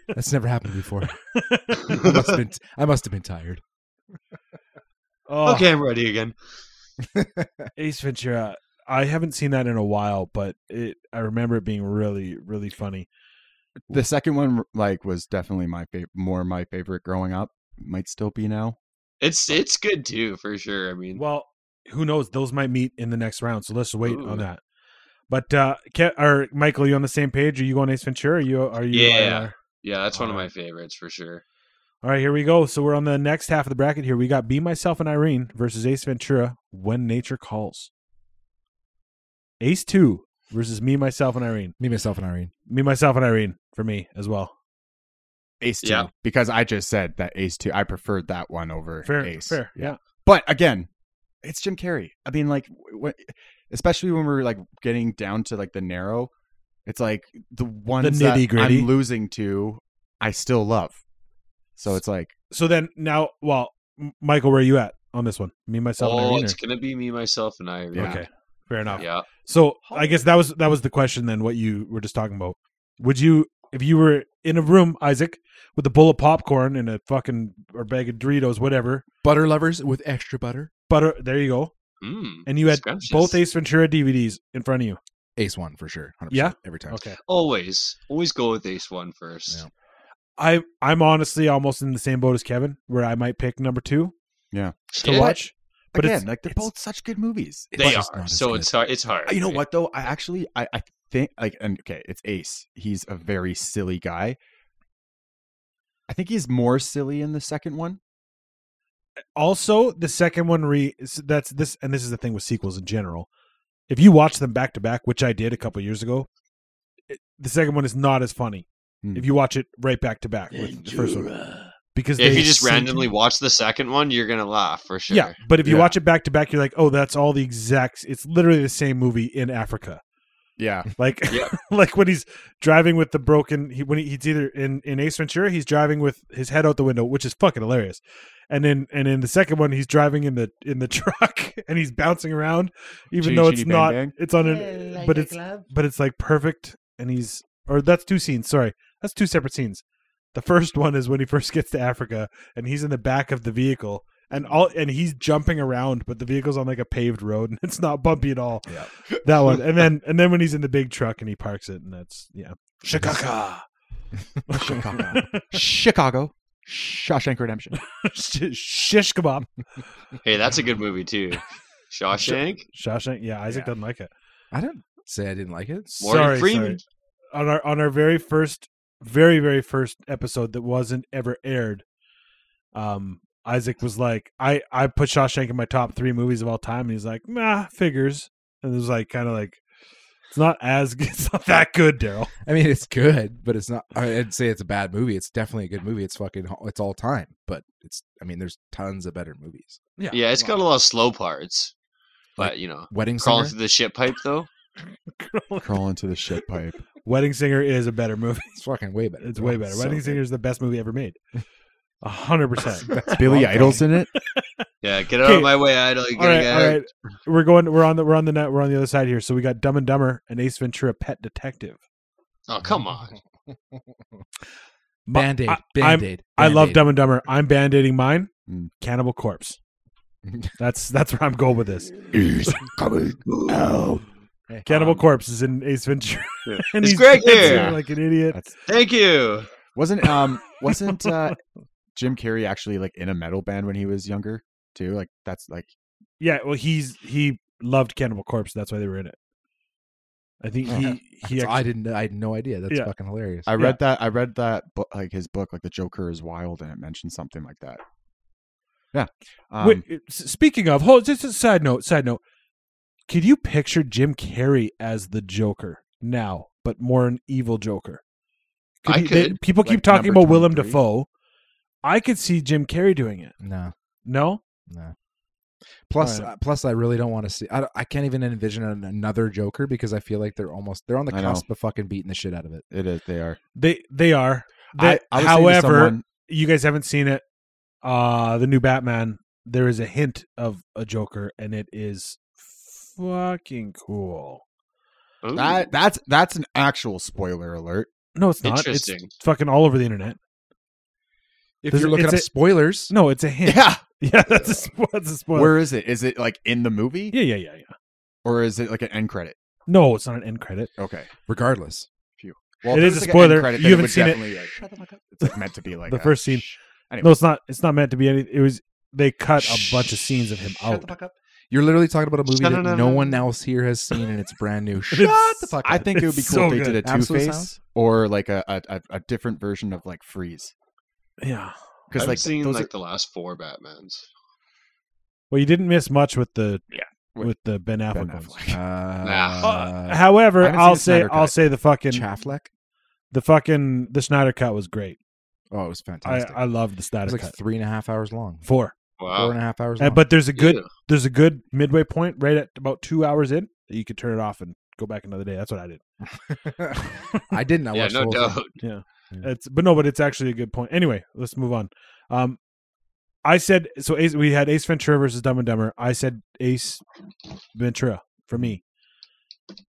S3: That's never happened before. I must have been, I must have been tired.
S2: Oh.
S7: Okay, I'm ready again.
S2: Ace Ventura. I haven't seen that in a while, but it I remember it being really really funny.
S4: The second one like was definitely my favorite, more my favorite growing up. Might still be now.
S7: It's it's good too for sure. I mean,
S2: well, Who knows? Those might meet in the next round, so let's wait on
S7: Ooh.
S2: that. But uh, Ke- or Michael, are you on the same page? Are you on Ace Ventura? Are you are you?
S7: yeah,
S2: uh,
S7: yeah, that's one of my favorites for sure.
S2: all right, here we go. So we're on the next half of the bracket. Here we got Be Myself and Irene versus Ace Ventura. When nature calls. Ace two versus me, myself, and Irene.
S3: Me, myself, and Irene.
S2: Me, myself, and Irene for me as well.
S4: Ace two
S2: Yeah.
S4: because I just said that Ace two. I preferred that one over
S2: Fair,
S4: Ace.
S2: fair, yeah.
S4: But again, it's Jim Carrey. I mean, like, wh- wh- especially when we're like getting down to like the narrow, it's like the ones that
S2: nitty-gritty.
S4: I'm losing to, I still love. So it's like
S2: So then now, well, M- Michael, where are you at on this one? Me, myself, and
S7: Oh,
S2: Irene.
S7: it's
S2: or-
S7: gonna be me, myself, and I.
S2: Yeah. Okay, fair enough.
S7: Yeah,
S2: So I guess that was that was the question then. What you were just talking about? Would you, if you were in a room, Isaac, with a bowl of popcorn and a fucking or bag of Doritos, whatever,
S3: butter lovers with extra butter,
S2: butter. There you go.
S7: Mm,
S2: and you had
S7: scrumptious.
S2: both Ace Ventura DVDs in front of you.
S3: Ace one for sure. 100%,
S2: Yeah,
S3: every time.
S2: Okay.
S7: always, always go with Ace One first.
S2: I I'm honestly almost in the same boat as Kevin, where I might pick number two
S4: yeah
S2: to
S4: But
S2: watch. But
S4: again,
S2: it's,
S4: like they're both such good movies.
S7: They are, so it's hard. It's
S2: Uh,
S7: hard.
S4: Uh, You know what though? I actually I, I think like and okay, it's Ace. He's a very silly guy. I think he's more silly in the second one.
S2: also the second one re s- that's this and this is the thing with sequels in general if you watch them back to back which i did a couple years ago it, the second one is not as funny if you watch it right back to back with the first one because
S7: if
S2: they
S7: you just
S2: sync-
S7: randomly watch the second one, you're gonna laugh for sure.
S2: yeah but if you watch it back to back you're like oh that's all the exact it's literally the same movie in africa
S4: Yeah.
S2: like like when he's driving with the broken he when he, he's either in in Ace Ventura he's driving with his head out the window which is fucking hilarious and then and in the second one he's driving in the in the truck and he's bouncing around even
S4: Chitty
S2: though
S4: Chitty
S2: it's
S4: Bang
S2: not
S4: Bang.
S2: it's on
S4: Yeah,
S2: an
S4: like
S2: but
S4: a
S2: it's
S4: glove.
S2: but it's like perfect and he's or that's two scenes sorry that's two separate scenes the first one is when he first gets to Africa and he's in the back of the vehicle and all and he's jumping around but the vehicle's on like a paved road and it's not bumpy at all
S3: yeah
S2: that one and then and then when he's in the big truck and he parks it and that's yeah
S4: Chicago. Chicago. Chicago. Shawshank Redemption.
S2: Shish kebab.
S7: Hey, that's a good movie too. Shawshank.
S2: Shawshank. Yeah, Isaac doesn't like it.
S3: I don't say I didn't like it.
S7: Morgan
S2: sorry,
S7: Freeman.
S2: sorry. On our on our very first, very very first episode that wasn't ever aired, um, Isaac was like, I I put Shawshank in my top three movies of all time, and he's like, nah, figures, and it was like kind of like, it's not as good, it's not that good, Daryl.
S3: I mean, it's good, but it's not. I- I'd say it's a bad movie. It's definitely a good movie. It's fucking. It's all time, but it's. I mean, there's tons of better movies.
S7: Yeah, it's got a lot of slow parts, but you know,
S3: Wedding
S7: crawling
S3: Singer?
S7: through the shit pipe though.
S4: Crawl into the shit pipe.
S2: Wedding Singer is a better movie.
S3: It's fucking way better.
S2: It's
S3: bro.
S2: way better.
S3: So
S2: Wedding
S3: good.
S2: Singer is the best movie ever made. A hundred percent.
S4: Billy Idol's in it.
S7: Yeah, get out
S2: Okay.
S7: of my way, idol. You
S2: All
S7: gotta
S2: right,
S7: get
S2: all
S7: out.
S2: right. We're going. We're on the. We're on the net. We're on the other side here. So we got Dumb and Dumber and Ace Ventura: Pet Detective.
S7: Oh, come on.
S2: But
S3: Band-Aid,
S2: I- I'm-
S3: Band-Aid,
S2: I love
S3: Band-Aid. Mm.
S2: Dumb and Dumber. I'm band aiding mine. Cannibal Corpse. That's that's where I'm going with this. Cannibal Corpse is in Ace Ventura.
S7: Yeah.
S2: and
S7: um, It's
S2: he's
S7: Greg
S2: dancing
S7: here.
S2: like an idiot.
S7: Thank you.
S4: Wasn't um wasn't uh Jim Carrey actually like in a metal band when he was younger too? Like that's like
S2: Yeah, well, he's he loved Cannibal Corpse. That's why they were in it. I think he he.
S3: That's-
S2: Actually,
S3: I didn't. I had no idea. That's
S2: Yeah.
S3: fucking hilarious.
S4: I read that I read that book like his book like The Joker is Wild and it mentioned something like that. Yeah. Um,
S2: Wait, s- speaking of, hold just a side note. Side note. Could you picture Jim Carrey as the Joker now, but more an evil Joker?
S7: I
S2: he- they-
S7: could,
S2: people keep
S7: like
S2: talking
S7: number
S2: about Willem
S7: 23.
S2: Dafoe. I could see Jim Carrey doing it.
S3: No,
S2: No,
S3: no. Plus,
S2: Alright.
S3: uh, plus, I really don't want to see. I, don't- I can't even envision an- another Joker because I feel like they're almost they're on the
S4: I know.
S3: cusp of fucking beating the shit out of it.
S4: It is they are.
S2: they they are.
S4: I-
S2: They-
S4: I was saying to
S2: however,
S4: someone-
S2: you guys haven't seen it. Uh the new Batman. There is a hint of a Joker, and it is fucking cool.
S4: That that's that's an actual spoiler alert.
S2: No, it's not. It's
S4: Interesting.
S2: fucking all over the internet.
S3: If
S2: There's-
S3: you're looking
S2: it's
S3: up
S2: a-
S3: spoilers,
S2: No, it's a hint.
S4: Yeah.
S2: Yeah, that's a, spo- that's a spoiler.
S4: Where is it? Is it like in the movie?
S2: Yeah, yeah, yeah, yeah.
S4: Or is it like an end credit?
S2: No, it's not an end credit.
S4: Okay.
S3: regardless,
S4: Phew.
S2: It
S4: if
S2: is
S4: it's
S2: a
S4: like an end
S2: spoiler.
S4: credit,
S2: You
S4: then
S2: haven't
S4: would
S2: seen it.
S4: definitely, like, shut the fuck up. It's like meant to be like
S2: the
S4: a-
S2: first scene.
S4: Anyway.
S2: No, it's not. It's not meant to be any. It was. They cut a bunch of scenes of him out.
S3: you're literally talking about a movie that no
S2: Sha-na-na-na.
S3: one else here has seen, and it's brand new. Shut
S2: It's-
S3: the fuck up.
S4: I think it would be
S2: It's
S4: cool
S2: so
S4: if they did a
S2: good.
S4: Two
S3: Absolute
S4: Face
S3: sound?
S4: or like a, a a- a different version of like Freeze.
S2: Yeah.
S7: Because
S4: Because
S7: I've
S4: like
S7: seen
S4: those
S7: like
S4: are,
S7: the last four Batmans.
S2: Well, you didn't miss much with the
S7: Yeah.
S2: with, the Ben Affleck.
S4: Ben
S2: ones.
S4: Affleck.
S2: Uh,
S3: Uh,
S4: I
S2: however,
S4: haven't seen
S2: I'll
S4: the
S2: say
S4: Snyder
S2: I'll
S4: Cut.
S2: say the fucking
S3: Chaffleck.
S2: the fucking the Snyder cut was great.
S3: Oh, it was
S2: I
S3: fantastic.
S2: I loved the
S3: it
S2: Snyder
S3: was like
S2: cut.
S3: three and a half hours long.
S2: Four,
S3: Four and a half hours.
S2: Uh,
S3: Long.
S2: but there's a good
S7: Yeah.
S2: there's a good midway point right at about two hours in that you could turn it off and go back another day. That's what I did.
S3: I didn't. I
S7: Yeah,
S3: watched
S7: no
S3: the whole
S7: doubt.
S3: thing.
S2: Yeah.
S3: Yeah.
S2: It's but no, but it's actually a good point. Anyway, let's move on. Um I said so Ace we had Ace Ventura versus Dumb and Dumber. I said Ace Ventura for me.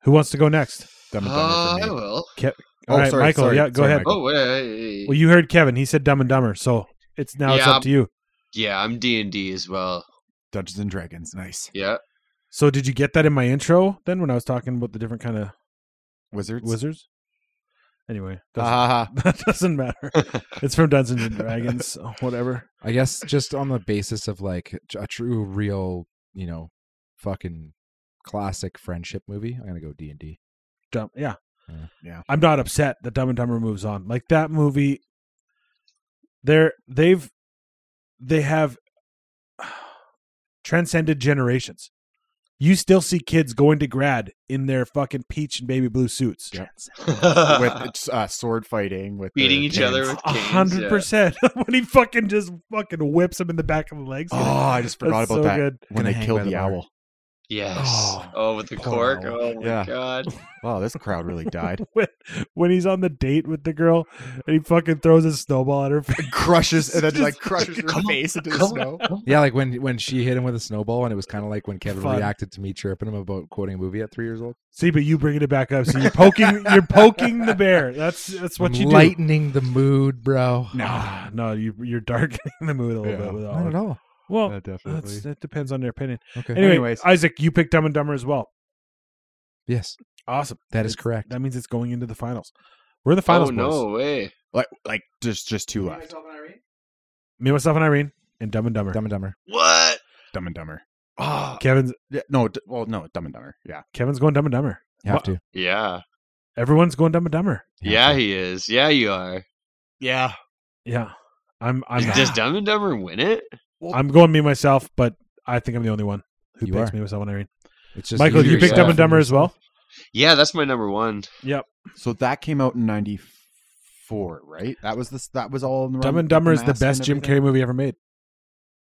S2: Who wants to go next?
S4: Dumb and
S7: Uh,
S4: Dumber
S7: I
S4: for me.
S7: will.
S2: Ke-
S4: Oh,
S2: All right,
S4: sorry,
S2: Michael,
S4: sorry,
S2: yeah, go
S4: sorry,
S2: ahead.
S4: Michael.
S7: Oh, wait.
S2: Well, you heard Kevin. He said Dumb and Dumber, so it's now it's
S7: Yeah.
S2: up to you.
S7: yeah, I'm D and D as well.
S4: Dungeons and Dragons, nice
S7: Yeah.
S2: So did you get that in my intro then when I was talking about the different kind of
S4: wizards.
S2: wizards? Anyway, doesn't,
S4: Ah,
S2: that doesn't matter. It's from Dungeons and Dragons, so whatever.
S3: I guess just on the basis of like a true, real, you know, fucking classic friendship movie, I'm gonna go D and D.
S2: Dumb, yeah.
S3: Yeah.
S4: Mm, Yeah.
S2: I'm not upset that Dumb and Dumber moves on. Like that movie, they're they've they have transcended generations. You still see kids going to grad in their fucking peach and baby blue suits.
S4: Yep. with it's, uh, sword fighting, with their
S7: Beating each other
S4: hands.
S7: with
S2: A
S7: canes.
S2: hundred
S7: yeah.
S2: percent. When he fucking just fucking whips him in the back of the legs.
S4: Oh, I just forgot
S2: That's
S4: about
S2: so
S4: that
S2: good.
S4: when
S3: Gonna
S4: they
S3: hang by
S4: killed the
S3: the bar.
S4: owl.
S7: Yes.
S2: Oh,
S7: Oh, with the
S2: poor
S7: cork.
S2: owl.
S7: Oh my
S4: Yeah.
S7: god.
S4: Wow, this crowd really died.
S2: When, when he's on the date with the girl and he fucking throws a snowball at her face.
S4: crushes and then
S2: Just-
S4: like crushes her face into the snow.
S3: Yeah, like when when she hit him with a snowball, and it was kind of like when Kevin
S2: Oh. Fun.
S3: reacted to me chirping him about quoting a movie at three years old.
S2: See, but you bringing it back up. So you're poking, you're poking the bear. That's that's what
S3: I'm
S2: you do.
S3: lightening the mood, bro.
S2: No, no, you you're darkening the mood a little
S4: Yeah.
S2: bit with all.
S3: not at all.
S2: Well,
S4: Yeah,
S2: Oh, that's,
S4: definitely.
S2: that depends on their opinion.
S3: Okay.
S2: Anyway,
S4: Anyways.
S2: Isaac, you picked Dumb and Dumber as well.
S3: yes,
S2: Awesome.
S3: that is
S2: It's-
S3: correct.
S2: That means it's going into the finals. We're in the
S7: Oh
S2: finals.
S7: no
S2: boys.
S7: way.
S4: Like like just just two left.
S2: Me, myself, and Irene, and Dumb and Dumber.
S3: Dumb and Dumber.
S7: What?
S4: Dumb and Dumber. Ah,
S2: Kevin's
S4: yeah, no, d- well, no, Dumb and Dumber. Yeah,
S2: Kevin's going Dumb and Dumber.
S3: You have
S2: Wha-
S3: to.
S7: Yeah.
S2: Everyone's going Dumb and Dumber.
S7: Yeah, he is. Yeah, you are.
S4: yeah.
S2: Yeah, I'm. I'm.
S7: Does
S2: not.
S7: Dumb and Dumber win it?
S2: I'm going me myself, but I think I'm the only one who
S3: You
S2: picks
S3: are.
S2: me myself and Irene.
S3: It's just
S2: Michael, you
S7: you
S2: picked Dumb and
S7: yourself.
S2: Dumber as well.
S7: Yeah, that's my number one.
S2: Yep.
S4: So that came out in '94, right? That was this. That was all. In the
S2: Dumb
S4: run-
S2: and Dumber is the
S4: mask and
S2: best Jim Carrey
S4: everything?
S2: movie ever made.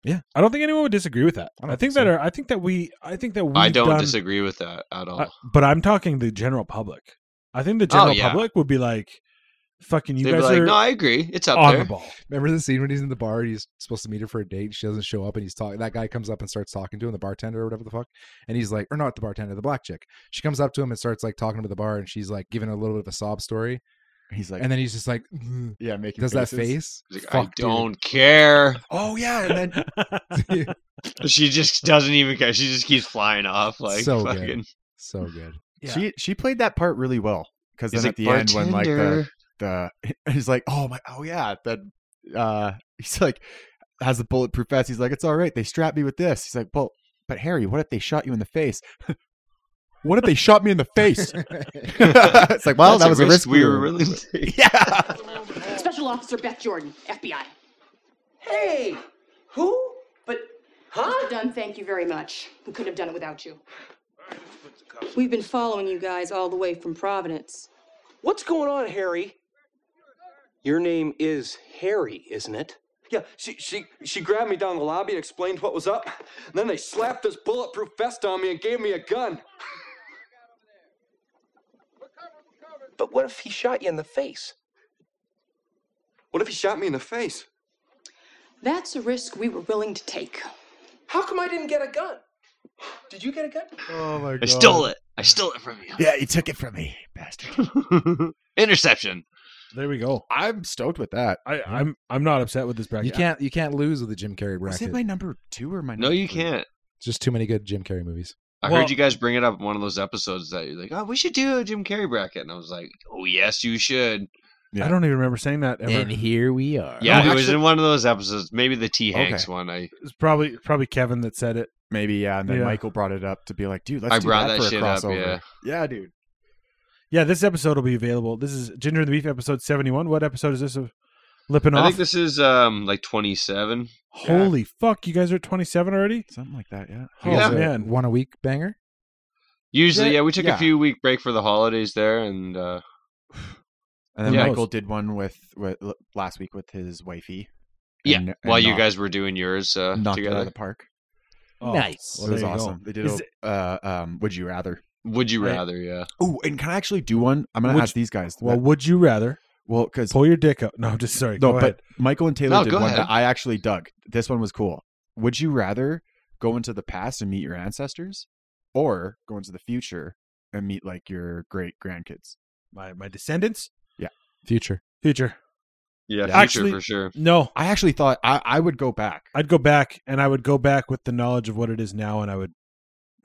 S3: Yeah.
S2: I don't think anyone would disagree with that. I,
S3: I
S2: think
S3: don't think
S2: that
S3: so.
S2: are, I think that we I think that we
S7: I don't
S2: done, Uh,
S7: disagree with that at all.
S2: I- but I'm talking the general public. I think the
S7: Oh,
S2: general
S7: yeah.
S2: public would be like, "Fucking you
S7: They'd be
S2: guys
S7: like,
S2: are
S7: "No, I agree. It's up
S2: on
S7: there."
S2: the ball."
S3: Remember the scene when he's in the bar and he's supposed to meet her for a date? and She doesn't show up and he's talking. That guy comes up and starts talking to him, the bartender or whatever the fuck. And he's like, or not the bartender, the black chick. She comes up to him and starts like talking to the bar and she's like giving a little bit of a sob story.
S4: He's like,
S3: and then he's just like, "Mm."
S4: yeah, making
S3: does that face?
S4: faces.
S7: He's like, I
S3: Fuck, dude.
S7: don't care.
S3: Oh yeah, and then
S7: she just doesn't even care. She just keeps flying off like
S4: So good.
S7: fucking.
S3: so good.
S4: She she played that part really well because
S7: He's
S4: then at the
S7: like,
S4: end when like the,
S7: "Bartender."
S4: the he's like oh my oh yeah that uh he's like has the bulletproof vest he's like it's all right they strapped me with this he's like well but Harry what if they shot you in the face what if they shot me in the face it's like well that
S7: That's a
S4: was
S7: risk
S4: a risk
S7: we were willing to
S4: yeah
S15: Special Officer Beth Jordan, FBI. Hey, who? But, huh? Mr. Dunn, thank you very much. We couldn't have done it without you. We've been following you guys all the way from Providence.
S16: What's going on, Harry? Your name is Harry, isn't it?
S15: Yeah,
S16: She, she, she grabbed me down the lobby and explained what was up. And then they slapped this bulletproof vest on me and gave me a gun.
S15: But what if he shot you in the face?
S16: What if he shot me in the face?
S15: That's a risk we were willing to take.
S16: How come I didn't get a gun? Did you get a gun?
S4: oh my
S7: I stole it. I stole it from you.
S4: yeah you took it from me bastard
S7: Interception.
S2: There we go.
S4: I'm stoked with that.
S2: I, I'm I'm not upset with this
S7: Oh,
S2: bracket.
S3: You can't you can't lose with the Jim Carrey
S4: was it
S3: bracket.
S4: my number two or my
S7: No,
S4: number
S7: you
S4: three?
S7: can't.
S3: Just too many good Jim Carrey movies.
S7: I heard you guys bring it up in one of those episodes that you're like, "Oh, we should do a Jim Carrey bracket," and I was like, "Oh, yes, you should."
S2: I don't even remember saying that ever.
S3: And here we are.
S2: No,
S7: Yeah, it was
S2: actually-
S7: in one of those episodes, maybe the T Hanks
S4: Okay.
S7: one. I
S2: It's probably probably Kevin that said it.
S4: maybe yeah and then
S2: Yeah.
S4: Michael brought it up to be like dude let's
S7: I
S4: do
S7: brought
S4: that,
S7: that
S4: for
S7: shit
S4: a
S7: up,
S4: crossover
S7: yeah.
S4: yeah dude
S2: Yeah, this episode will be available. This is Ginger and the Beef episode seventy one. What episode is this of Lipping
S7: I
S2: Off?
S7: think this is um like 27.
S2: Holy fuck, you guys are at twenty seven already?
S4: Something like that, yeah.
S2: Oh
S7: Yeah.
S2: man.
S3: One a week banger.
S7: Usually,
S4: Yeah,
S7: yeah, we took
S4: yeah.
S7: a few week break for the holidays there, and uh
S4: And then
S7: Yeah.
S4: Michael did one with, with l- last week with his wifey.
S7: yeah,
S4: and- and
S7: while you
S4: knocked-
S7: guys were doing yours uh,
S4: knocked it out
S7: together,
S4: of the park.
S2: Oh,
S4: It was
S2: there you go.
S4: awesome. They did
S2: Is
S4: a, uh, um, would you rather?
S7: would you
S4: I-
S7: rather? yeah.
S4: Oh, and can I actually do one? I'm gonna
S2: Would
S4: ask
S2: you-
S4: these guys.
S2: Well,
S4: that-
S2: would you rather
S4: well, because
S2: pull your dick out? No, I'm just sorry. go
S4: no, but
S2: ahead.
S4: Michael and Taylor
S7: No,
S4: did
S7: go
S4: one
S7: ahead.
S4: that I actually dug. This one was cool. Would you rather go into the past and meet your ancestors, or go into the future and meet like your great grandkids?
S2: my my descendants,
S3: Future.
S2: future.
S7: Yeah, future
S2: Actually-
S7: for sure.
S2: No,
S4: I actually thought I, I would go back.
S2: I'd go back and I would go back with the knowledge of what it is now, and I would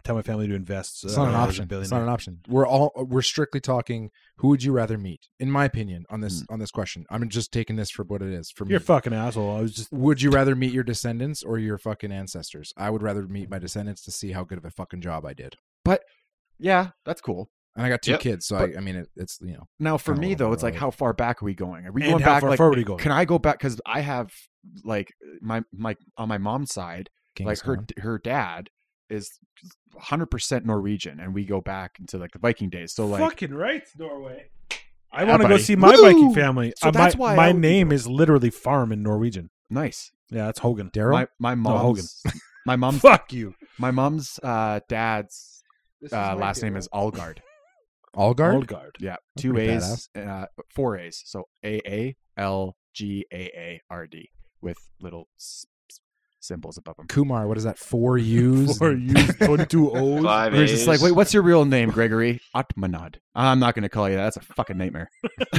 S2: tell my family to invest. So
S3: It's
S2: that
S4: uh,
S3: not an
S2: I was a
S3: option. It's not
S2: billionaire.
S3: an option. We're all we're strictly talking. Who would you rather meet? In my opinion, on this
S4: Mm.
S3: on this question, I'm just taking this for what it is. For me,
S2: You're a fucking asshole. I was just
S3: would you rather meet your descendants or your fucking ancestors? I would rather meet my descendants to see how good of a fucking job I did.
S4: But yeah, that's cool.
S3: And I got two
S4: Yep.
S3: kids, so I, I mean, it, it's you know.
S4: Now, for
S3: kinda
S4: me
S3: all
S4: though,
S3: over
S4: it's
S3: the
S4: like,
S3: road.
S4: how far back are we going? Are we
S2: Oh, And
S4: going
S2: how
S4: back?
S2: far
S4: like,
S2: forward are we going?
S4: Can I go back? Because I have like my my on my mom's side,
S3: Genghis
S4: like her
S3: Khan.
S4: her dad is 100 percent Norwegian, and we go back into like the Viking days. So like,
S2: fucking right, Norway. I
S4: Yeah,
S2: want to go
S4: buddy.
S2: see my
S4: Woo!
S2: Viking family.
S4: So
S2: Uh,
S4: that's
S2: my,
S4: why I
S2: my
S4: would be
S2: name is literally farm in Norwegian.
S4: nice.
S2: Yeah, that's Hogan.
S3: Daryl,
S4: My my
S2: No, Hogan.
S4: mom's my mom's
S2: Fuck you.
S4: my mom's uh, dad's uh, last name is Algard.
S3: Algard.
S2: Oldgard.
S4: Yeah,
S3: That's
S4: two
S3: pretty
S4: A's, uh, four A's. So A A L G A A R D with little s- s- symbols above them.
S3: Kumar. What is that? Four U's.
S2: Four
S3: and-
S2: U's, twenty-two O's.
S7: Five
S4: They're just like,
S7: A's.
S4: wait, what's your real name, Gregory? Atmanad. I'm not going to call you that. That's a fucking nightmare.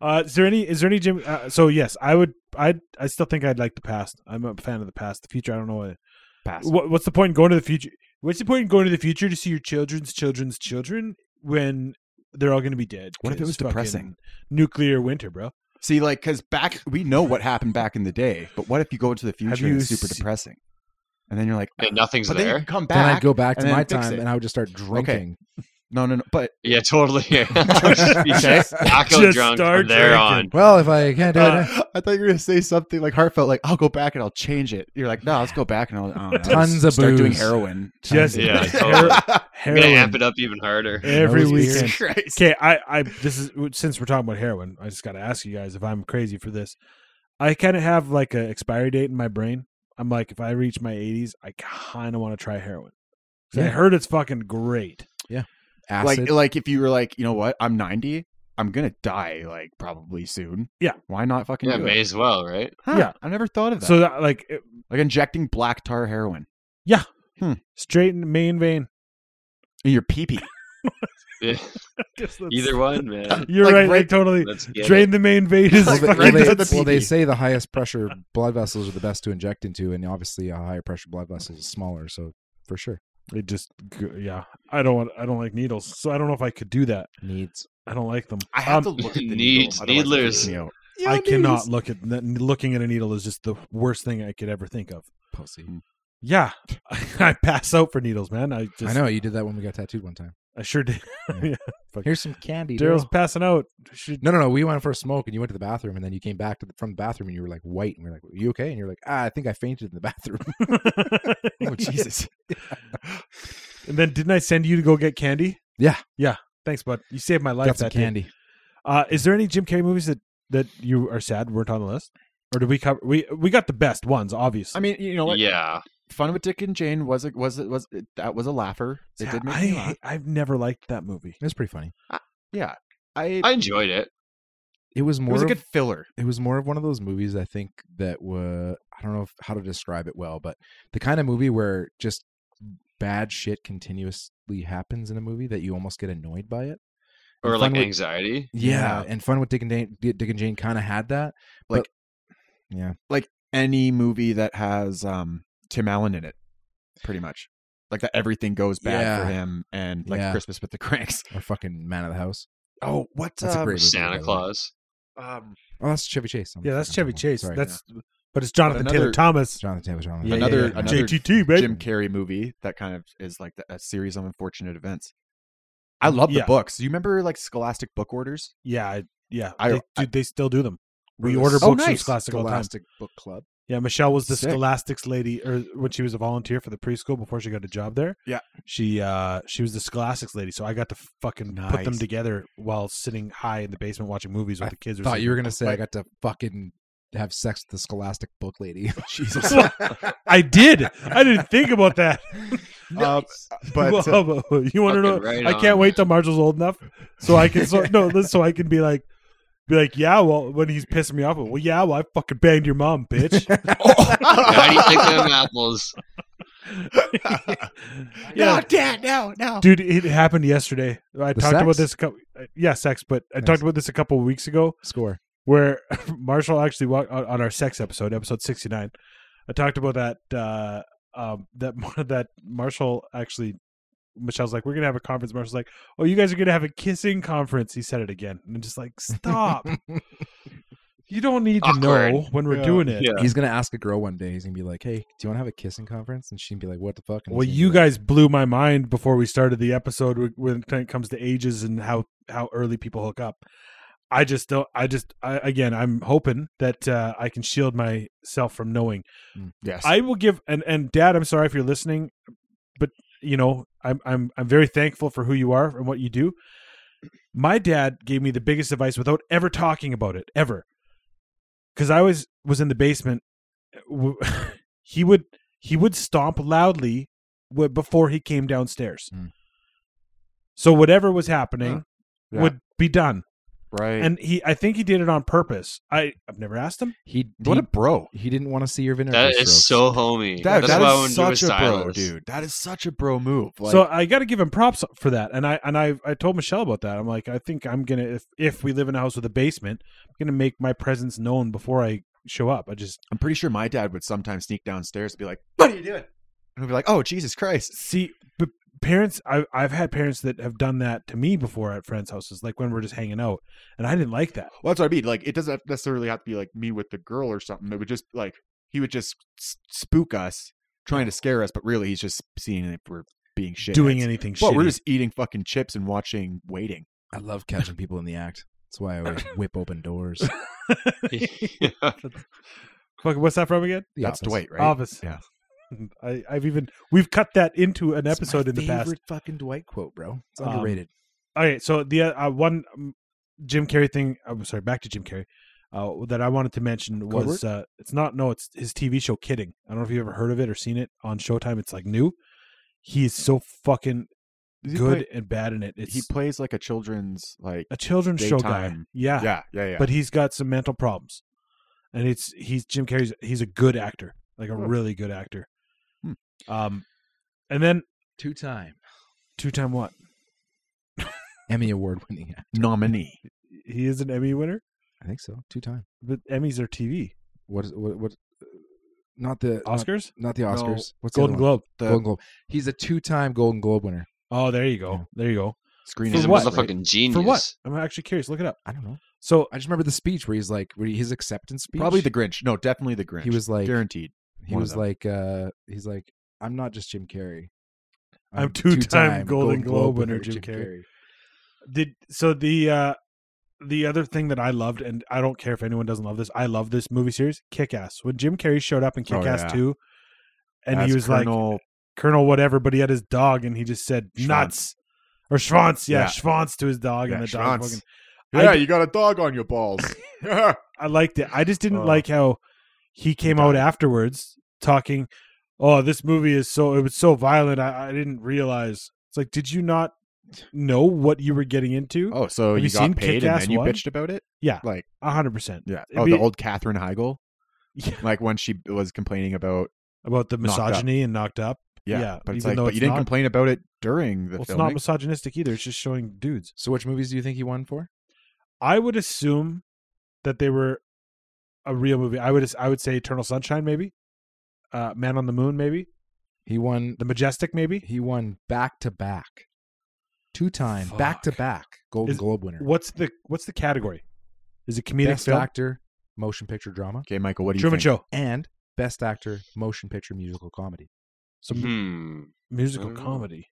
S2: Uh, is there any? Is there any Jim? Uh, so yes, I would. I I still think I'd like the past. I'm a fan of the past. The future, I don't know. What,
S4: Pass.
S2: what, what's the point in going to the future? What's the point in going to the future to see your children's children's children when they're all going to be dead?
S4: What if it
S2: 'Cause
S4: was
S2: fucking
S4: depressing?
S2: Nuclear winter, bro.
S4: See, like, because back we know what happened back in the day, but what if you go into the future
S2: you
S4: and it's super
S2: se-
S4: depressing? And then you're like, "Ah."
S7: And nothing's
S4: but then
S7: there.
S4: you come back.
S3: Then I'd go back to
S4: and then
S3: my
S4: fix
S3: time,
S4: it.
S3: and I would just start drinking.
S4: no, no, no. But
S7: Yeah, totally. Yeah. Just be
S4: Okay.
S7: Knockout
S2: Just
S7: drunk
S2: start
S7: from there on.
S2: drinking.
S3: Well, if I can't do it, now-
S4: uh, I thought you were gonna say something like heartfelt, like I'll go back and I'll change it. You're like, no, let's go back and I'll, I don't know,
S3: Tons of
S4: start doing
S3: booze.
S4: heroin.
S2: Just
S7: Yeah,
S2: her-
S7: totally. I'm gonna
S2: heroin
S7: amp it up even harder.
S2: every
S3: That was weird.
S2: weekend.
S4: Christ.
S2: Okay, I, I, this is since we're talking about heroin. I just got to ask you guys if I'm crazy for this. I kind of have like an expiry date in my brain. I'm like, if I reach my 80s, I kind of want to try heroin. 'Cause I
S3: Yeah.
S2: heard it's fucking great.
S3: Yeah. acid.
S4: Like like if you were like, you know what, I'm 90, I'm gonna die like probably soon.
S2: Yeah,
S4: why not fucking?
S7: Yeah,
S4: do
S7: may
S4: it?
S7: as well, right?
S4: Huh,
S2: Yeah.
S4: I never thought of that.
S2: So that, like, it-
S4: like injecting black tar heroin
S2: yeah, straight in the main vein.
S4: in your pee pee.
S7: Yeah.
S2: guess that's-
S7: Either one, man.
S2: You're right.
S7: right-
S2: Like totally
S7: Let's get
S2: drain
S7: it.
S2: the main vein is
S3: well, they,
S2: fucking-
S3: well, they-
S2: that's-
S3: well, they say the highest pressure blood vessels are the best to inject into, and obviously a higher pressure blood vessel is smaller, so for sure.
S2: It just, go- yeah. I don't want. I don't like needles, so I don't know if I could do that.
S3: Needs.
S2: I don't like them.
S4: I have
S2: Um,
S4: to look at the
S7: Needs,
S4: needle, otherwise it freaks
S7: needlers.
S4: me out.
S2: I cannot look at that. Looking at a needle is just the worst thing I could ever think of.
S3: Pussy.
S2: Yeah, I pass out for needles, man. I just,
S3: I know you did that when we got tattooed one time.
S2: I sure did. yeah. Fuck.
S3: Here's some candy.
S2: Daryl's
S3: Daryl.
S2: passing out. She-
S3: No, no, no. We went for a smoke, and you went to the bathroom, and then you came back to the, from the bathroom, and you were like white, and we are like, "You okay?" And you're like, "Ah, I think I fainted in the bathroom."
S4: Oh Jesus!
S2: And then didn't I send you to go get candy?
S3: Yeah.
S2: Yeah. Thanks, bud. You saved my life.
S3: got some
S2: that day.
S3: candy.
S2: Uh, is there any Jim Carrey movies that that you are sad weren't on the list, or did we cover? We we got the best ones, obviously.
S4: I mean, you know what?
S7: Yeah.
S4: Fun with Dick and Jane was it was it was it, that was a laugher. It
S2: Yeah,
S4: did make
S2: I,
S4: me laugh.
S2: hate- I've never liked that movie.
S3: It was pretty funny.
S4: Yeah, I,
S7: I enjoyed it.
S3: It was
S4: it
S3: more.
S4: was a
S3: of,
S4: good filler.
S3: it was more of one of those movies I think that were I don't know if, how to describe it well, but the kind of movie where just bad shit continuously happens in a movie that you almost get annoyed by it.
S7: Or
S3: And
S7: like
S3: Fun with-
S7: anxiety.
S3: yeah, and fun with Dick and Jane, Dick and Jane kind of had that.
S4: Like-
S3: but- yeah,
S4: Like any movie that has um Tim Allen in it, pretty much. Like that everything goes bad for
S3: Yeah.
S4: him, and like
S3: Yeah.
S4: Christmas with the Cranks.
S3: or fucking Man of the House.
S4: Oh, what?
S3: That's a
S4: um,
S3: great movie. by
S7: Santa
S3: the way.
S7: Claus.
S4: um,
S3: Oh, that's Chevy Chase. I'm
S2: Yeah, that's Chevy
S3: fucking dumb.
S2: Chase.
S3: Sorry.
S2: That's but it's Jonathan
S4: But
S2: Taylor
S4: another-
S2: Thomas.
S3: Jonathan Taylor. Jonathan
S4: Yeah,
S3: Taylor.
S4: another
S2: yeah, yeah.
S4: another
S2: JTT, baby.
S4: Jim Carrey movie that kind of is like the, a series of unfortunate events. I love
S2: Yeah.
S4: the books. You remember like Scholastic book orders?
S2: Yeah, I, yeah.
S4: I-
S2: they, dude, they still do them. We
S3: Oh,
S2: order books
S4: nice.
S2: from Scholastic all the time.
S3: Scholastic Book Club.
S2: Yeah, Michelle was the
S4: Sick.
S2: Scholastics lady, or when she was a volunteer for the preschool before she got a job there.
S4: Yeah.
S2: she uh she was the Scholastics lady, so I got to fucking put them
S4: Nice.
S2: together while sitting high in the basement watching movies with
S3: I
S2: the kids. Or
S3: Thought you were gonna say I
S2: Like-
S3: got to fucking have sex with the Scholastic Book Lady.
S4: Jesus.
S2: gonna. I did. I didn't think about that.
S4: Uh, but uh,
S2: Whoa, whoa, you want to know?
S7: Fucking right
S2: I
S7: on.
S2: can't wait till Marshall's old enough so I can so, no, listen, so I can be like, be like, yeah. Well, when he's pissing me off, well, yeah. Well, I fucking banged your mom, bitch.
S7: Yeah, How do you think them apples?
S2: yeah,
S4: Dad, no, no.
S2: dude it happened yesterday i
S3: The
S2: talked about
S3: sex?
S2: this a couple yeah sex but i
S3: Nice.
S2: talked about this a couple of weeks ago
S3: Score.
S2: where marshall actually walked on, on our sex episode episode 69 i talked about that uh um that Mar- that marshall actually michelle's like we're gonna have a conference marshall's like oh you guys are gonna have a kissing conference he said it again and i'm just like stop you don't need to know
S7: Awkward.
S2: when we're
S4: Yeah.
S2: doing it
S7: Yeah.
S3: He's gonna ask a girl one day. He's gonna be like, "Hey, do you want to have a kissing conference?" And she'd be like, "What the fuck?" And
S2: Well,
S3: he's
S2: you
S3: gonna
S2: guys blew my mind before we started the episode w- when it comes to ages and how how early people hook up. I just don't. I just I, again, I'm hoping that uh, I can shield myself from knowing.
S4: Yes.
S2: I will give and and Dad, I'm sorry if you're listening, but you know I'm I'm I'm very thankful for who you are and what you do. My dad gave me the biggest advice without ever talking about it ever, because I was was in the basement. w- He would he would stomp loudly w- before he came downstairs.
S3: Mm.
S2: So whatever was happening
S4: Yeah.
S2: would be done,
S4: right.
S2: and he I think he did it on purpose. I I've never asked him.
S3: be like- He,
S4: what a
S3: he,
S4: bro.
S3: he didn't want to see your vinegar.
S7: That
S3: strokes.
S7: is so homey.
S4: That,
S7: That's
S4: that
S7: why I
S4: is
S7: wouldn't do a
S4: such a bro,
S7: silos.
S4: dude. That is such a bro move. Like,
S2: so I got to give him props for that, and I and I I told Michelle about that. I'm like, I think I'm gonna if if we live in a house with a basement, I'm gonna make my presence known before I show up. I just
S4: I'm pretty sure my dad would sometimes sneak downstairs and be like, "What are you doing?" And I'd be like, "Oh, Jesus Christ!"
S2: see, but parents, I I've had parents that have done that to me before at friends' houses, like when we're just hanging out, and I didn't like that.
S4: Well, that's what I mean. Like, it doesn't necessarily have to be like me with the girl or something. It would just like he would just s- spook us, trying to scare us, but really he's just seeing if we're being shit.
S2: Doing anything
S4: Well,
S2: shitty.
S4: we're just eating fucking chips and watching waiting.
S3: I love catching people in the act. That's why I always whip open doors.
S7: Yeah.
S2: Fuck, what's that from again?
S3: The
S4: that's
S3: Office.
S4: Dwight, right?
S2: Office.
S4: Yeah.
S2: I, I've even we've cut that into an
S3: It's my
S2: episode in the past.
S3: favorite Fucking Dwight quote, bro. It's
S2: Um,
S3: underrated.
S2: All right, so the uh, uh, one um, Jim Carrey thing. I'm sorry, back to Jim Carrey. Uh, that I wanted to mention
S3: Code
S2: was
S3: word?
S2: uh, it's not no, it's his TV show Kidding. I don't know if you've ever heard of it or seen it on Showtime. It's like new. He is so fucking
S4: Does he
S2: good
S4: play-
S2: and bad in it. It's
S4: he plays like a children's like
S2: a children's show guy.
S4: daytime-
S2: Yeah.
S4: yeah, yeah, yeah.
S2: But he's got some mental problems. And it's he's Jim Carrey's he's a good actor. Like a
S3: Hmm.
S2: really good actor.
S4: Hmm.
S2: Um and then
S3: two time.
S2: Two time what?
S3: Emmy award winning actor.
S4: nominee.
S2: He is an Emmy winner?
S3: I think so. Two time.
S2: But Emmys are TV.
S3: What is what what not
S4: Uh,
S3: the not-
S2: Oscars?
S3: Not, the
S2: No,
S3: Oscars. What's
S2: Golden
S3: the other one?
S2: Globe. The-
S3: Golden Globe. He's a two time Golden Globe winner.
S2: Oh, there you go. There you go.
S3: Screen
S2: For
S3: Actors
S2: what?
S3: Guild, right?
S2: For what? I'm actually curious. Look it up.
S3: I don't know.
S2: So
S3: I just remember the speech where he's like where he- his acceptance speech.
S4: Probably the Grinch. No, definitely the Grinch.
S3: He was like
S4: guaranteed.
S3: He
S4: One of
S3: was
S4: them.
S3: like uh he's like I'm not just Jim Carrey.
S2: I'm two-time Golden Globe winner Jim Carrey." Did so the uh the other thing that I loved, and I don't care if anyone doesn't love this, I love this movie series, Kick Ass. When Jim Carrey showed up in
S4: Oh,
S2: Kick Ass
S4: yeah.
S2: 2, and he
S4: As
S2: was
S4: Colonel-
S2: like Colonel whatever, but he had his dog and he just said nuts or Schwanz, yeah,
S4: Yeah.
S2: Schwanz to his dog,
S4: Yeah,
S2: and the dog
S4: Schwanz.
S2: fucking
S4: Yeah,
S2: I-
S4: you got a dog on your balls. I
S2: liked it. I just didn't
S4: Oh.
S2: like how he came out afterwards talking. Oh, this movie is so it was so violent. I, I didn't realize. It's like, did you not know what you were getting into?
S4: Oh, so
S2: Have
S4: you, got
S2: seen
S4: paid and
S2: Kick-Ass
S4: then you
S2: 1?
S4: bitched about it?
S2: Yeah,
S4: Like
S2: hundred percent.
S4: Yeah.
S2: It'd
S4: Oh,
S2: be-
S4: the old Katherine Heigl.
S2: Yeah.
S4: Like when she was complaining about
S2: about the
S4: Knocked Up.
S2: misogyny and knocked up.
S4: Yeah.
S2: Yeah,
S4: but it's
S2: even
S4: like,
S2: though
S4: but
S2: it's
S4: you didn't
S2: not-
S4: complain about it during the
S2: well, it's
S4: filming.
S2: not misogynistic either. It's just showing dudes.
S3: So, which movies do you think he won for?
S2: I would assume that they were a real movie. I would I would say Eternal Sunshine, maybe. Uh, Man on the Moon, maybe.
S3: He won
S2: The Majestic, maybe.
S3: He won back to back, two time back to back Golden
S2: Is-
S3: Globe winner.
S2: What's the What's the category? Is it comedic
S3: best
S2: film?
S3: actor, motion picture drama.
S4: Okay, Michael, what do you
S2: Truman
S4: think?
S2: Show.
S3: and best actor, motion picture musical comedy.
S2: So
S7: Hmm.
S2: musical
S7: I don't know.
S2: comedy.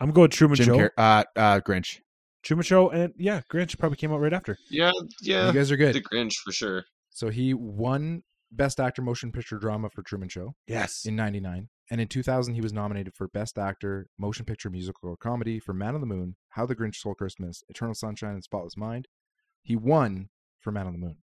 S2: I'm going Truman
S4: Mm. Jim
S2: Show.
S4: Car- uh, uh, Grinch.
S2: Truman Show, and yeah, Grinch probably came out right after.
S7: Yeah, yeah.
S3: You guys are good.
S7: The Grinch for sure.
S3: So he won best actor, motion picture drama for Truman Show.
S2: Yes.
S3: in '99, and in 2000 he was nominated for best actor, motion picture musical or comedy for Man on the Moon, How the Grinch Stole Christmas, Eternal Sunshine and Spotless Mind. He won for Man on the Moon.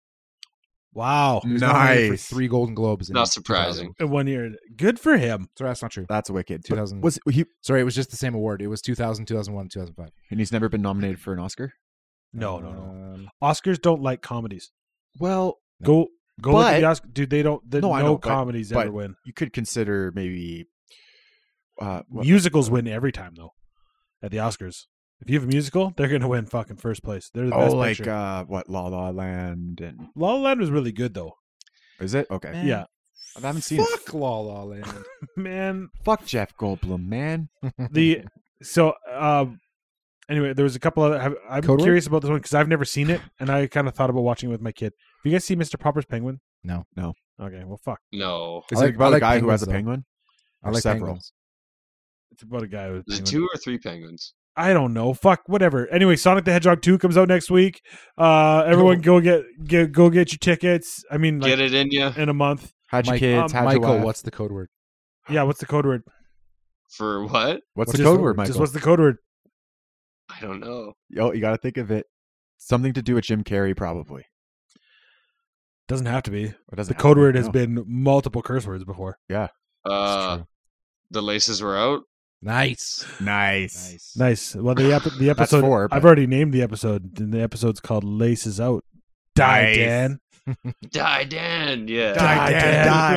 S2: Wow,
S4: Mm.
S3: He was nominated
S4: Nice.
S3: for three Golden Globes. in
S7: Not
S3: 2000.
S7: surprising.
S2: In one year, good for him.
S3: Sorry, that's not true.
S4: That's wicked. But
S3: 2000.
S4: Was he?
S3: Sorry, it was just the same award. It was 2000, 2001, 2005.
S4: And he's never been nominated for an Oscar.
S2: No, no, no.
S3: Um,
S2: Oscars don't like comedies.
S4: Well,
S2: Go go look at
S4: But-
S2: the Oscar, dude. They don't. The,
S4: no,
S2: no
S4: I know, but-
S2: comedies ever
S4: but
S2: win.
S4: you could consider maybe. Uh, what-
S2: Musicals win every time though. At the Oscars, if you have a musical, they're gonna win fucking first place. They're the
S4: oh,
S2: best
S4: like
S2: picture.
S4: uh, what La La Land and
S2: La La Land was really good though.
S4: is it okay?
S3: Man.
S2: Yeah,
S4: I haven't seen it.
S3: fuck La La Land.
S2: man.
S4: Fuck Jeff Goldblum, man.
S2: The so um. Anyway, there was a couple other. have- I'm
S3: Code Red?
S2: curious about this one because I've never seen it, and I kind of thought about watching it with my kid. Have you guys see Mr. Popper's Penguin?
S3: No.
S4: No.
S2: Okay, well, fuck.
S7: No.
S4: Is it
S3: like- I
S4: about a
S3: like
S4: guy who has
S3: penguins,
S4: a
S3: though.
S4: penguin?
S3: I
S4: Or
S3: like
S4: several.
S3: penguins.
S2: It's about a guy with.
S7: Is
S2: penguin-
S7: it two or three penguins?
S2: I don't know. Fuck, whatever. Anyway, Sonic the Hedgehog two comes out next week. Uh, everyone, go get, get go get your tickets. I mean, like
S7: Get it in ya
S2: in a month.
S4: How'd your
S3: Mike-
S4: kids?
S2: um,
S4: how'd uh, your
S3: Michael,
S4: wife?
S3: what's the code word?
S2: Yeah, what's the code word?
S7: for what?
S4: What's
S3: what's
S4: the
S3: your
S4: code
S3: phone?
S4: word,
S2: Just
S4: Michael?
S2: what's the code word?
S7: I don't know.
S4: Yo, you got to think of it. Something to do with Jim Carrey, probably.
S2: Doesn't have to be.
S4: Or doesn't
S2: The
S4: have
S2: code
S4: to be,
S2: word has
S4: no.
S2: been multiple curse words before.
S7: Uh,
S3: true.
S7: the laces were out.
S3: Nice.
S4: Nice.
S3: Nice.
S2: Nice. Well, the ep- the
S4: That's
S2: episode
S4: four,
S2: I've
S4: but-
S2: already named the episode. And the episode's called "Laces Out." Die,
S4: Nice.
S2: Dan.
S7: Die, Dan. Yeah.
S2: Die,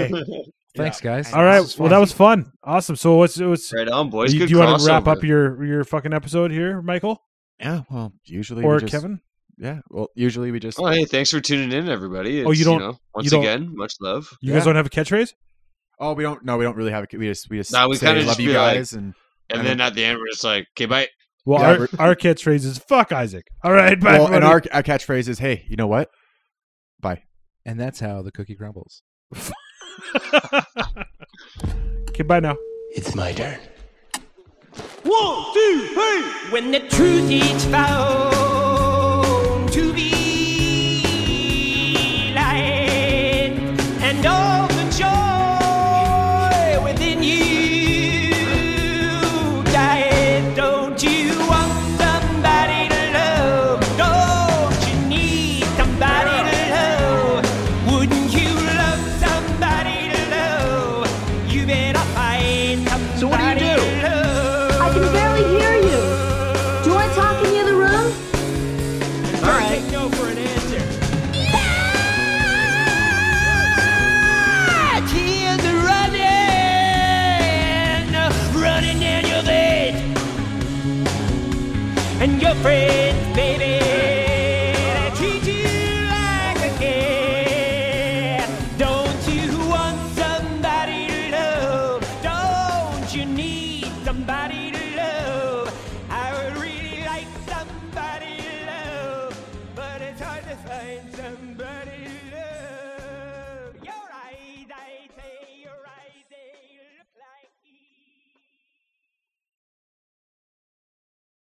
S2: Dan.
S3: Thanks, guys.
S2: All right.
S3: This was
S2: Well,
S3: fun.
S2: that was fun. Awesome. So, what's what's
S7: Right on, boys.
S2: you,
S7: Good
S2: do you want to wrap
S7: crossover.
S2: up your your fucking episode here, Michael
S4: Yeah. Well, usually we
S2: or
S4: just-
S2: Kevin?
S4: Yeah. Well, usually we just.
S7: Oh, hey, thanks for tuning in, everybody.
S2: Oh, you
S7: It's,
S2: don't-
S7: know,
S2: you
S7: once
S2: don't-
S7: again, much love.
S2: You guys
S4: Yeah.
S2: don't have a catchphrase?
S4: Oh, we don't. No, we don't really have. A, we just. We just.
S7: Nah, we
S4: say,
S7: kinda
S4: love
S7: just
S4: you
S7: be like-
S4: guys and.
S7: And
S4: And
S7: then at the end, we're just like, okay, bye.
S2: Well,
S4: Yeah,
S2: our,
S4: we're-
S2: our catchphrase is "fuck Isaac." All right, bye.
S4: well, and
S2: everybody.
S4: our, our catchphrase is, "Hey, you know what? Bye."
S3: And that's how the cookie crumbles.
S2: okay, bye now.
S8: It's my turn.
S17: One, two, three. When the truth is found to be light, and all the joy within you died, don't you want somebody to love? Don't you need somebody to love? Wouldn't you love somebody to love? You better find somebody. So what do you do?
S11: I can barely hear
S17: your friends, baby.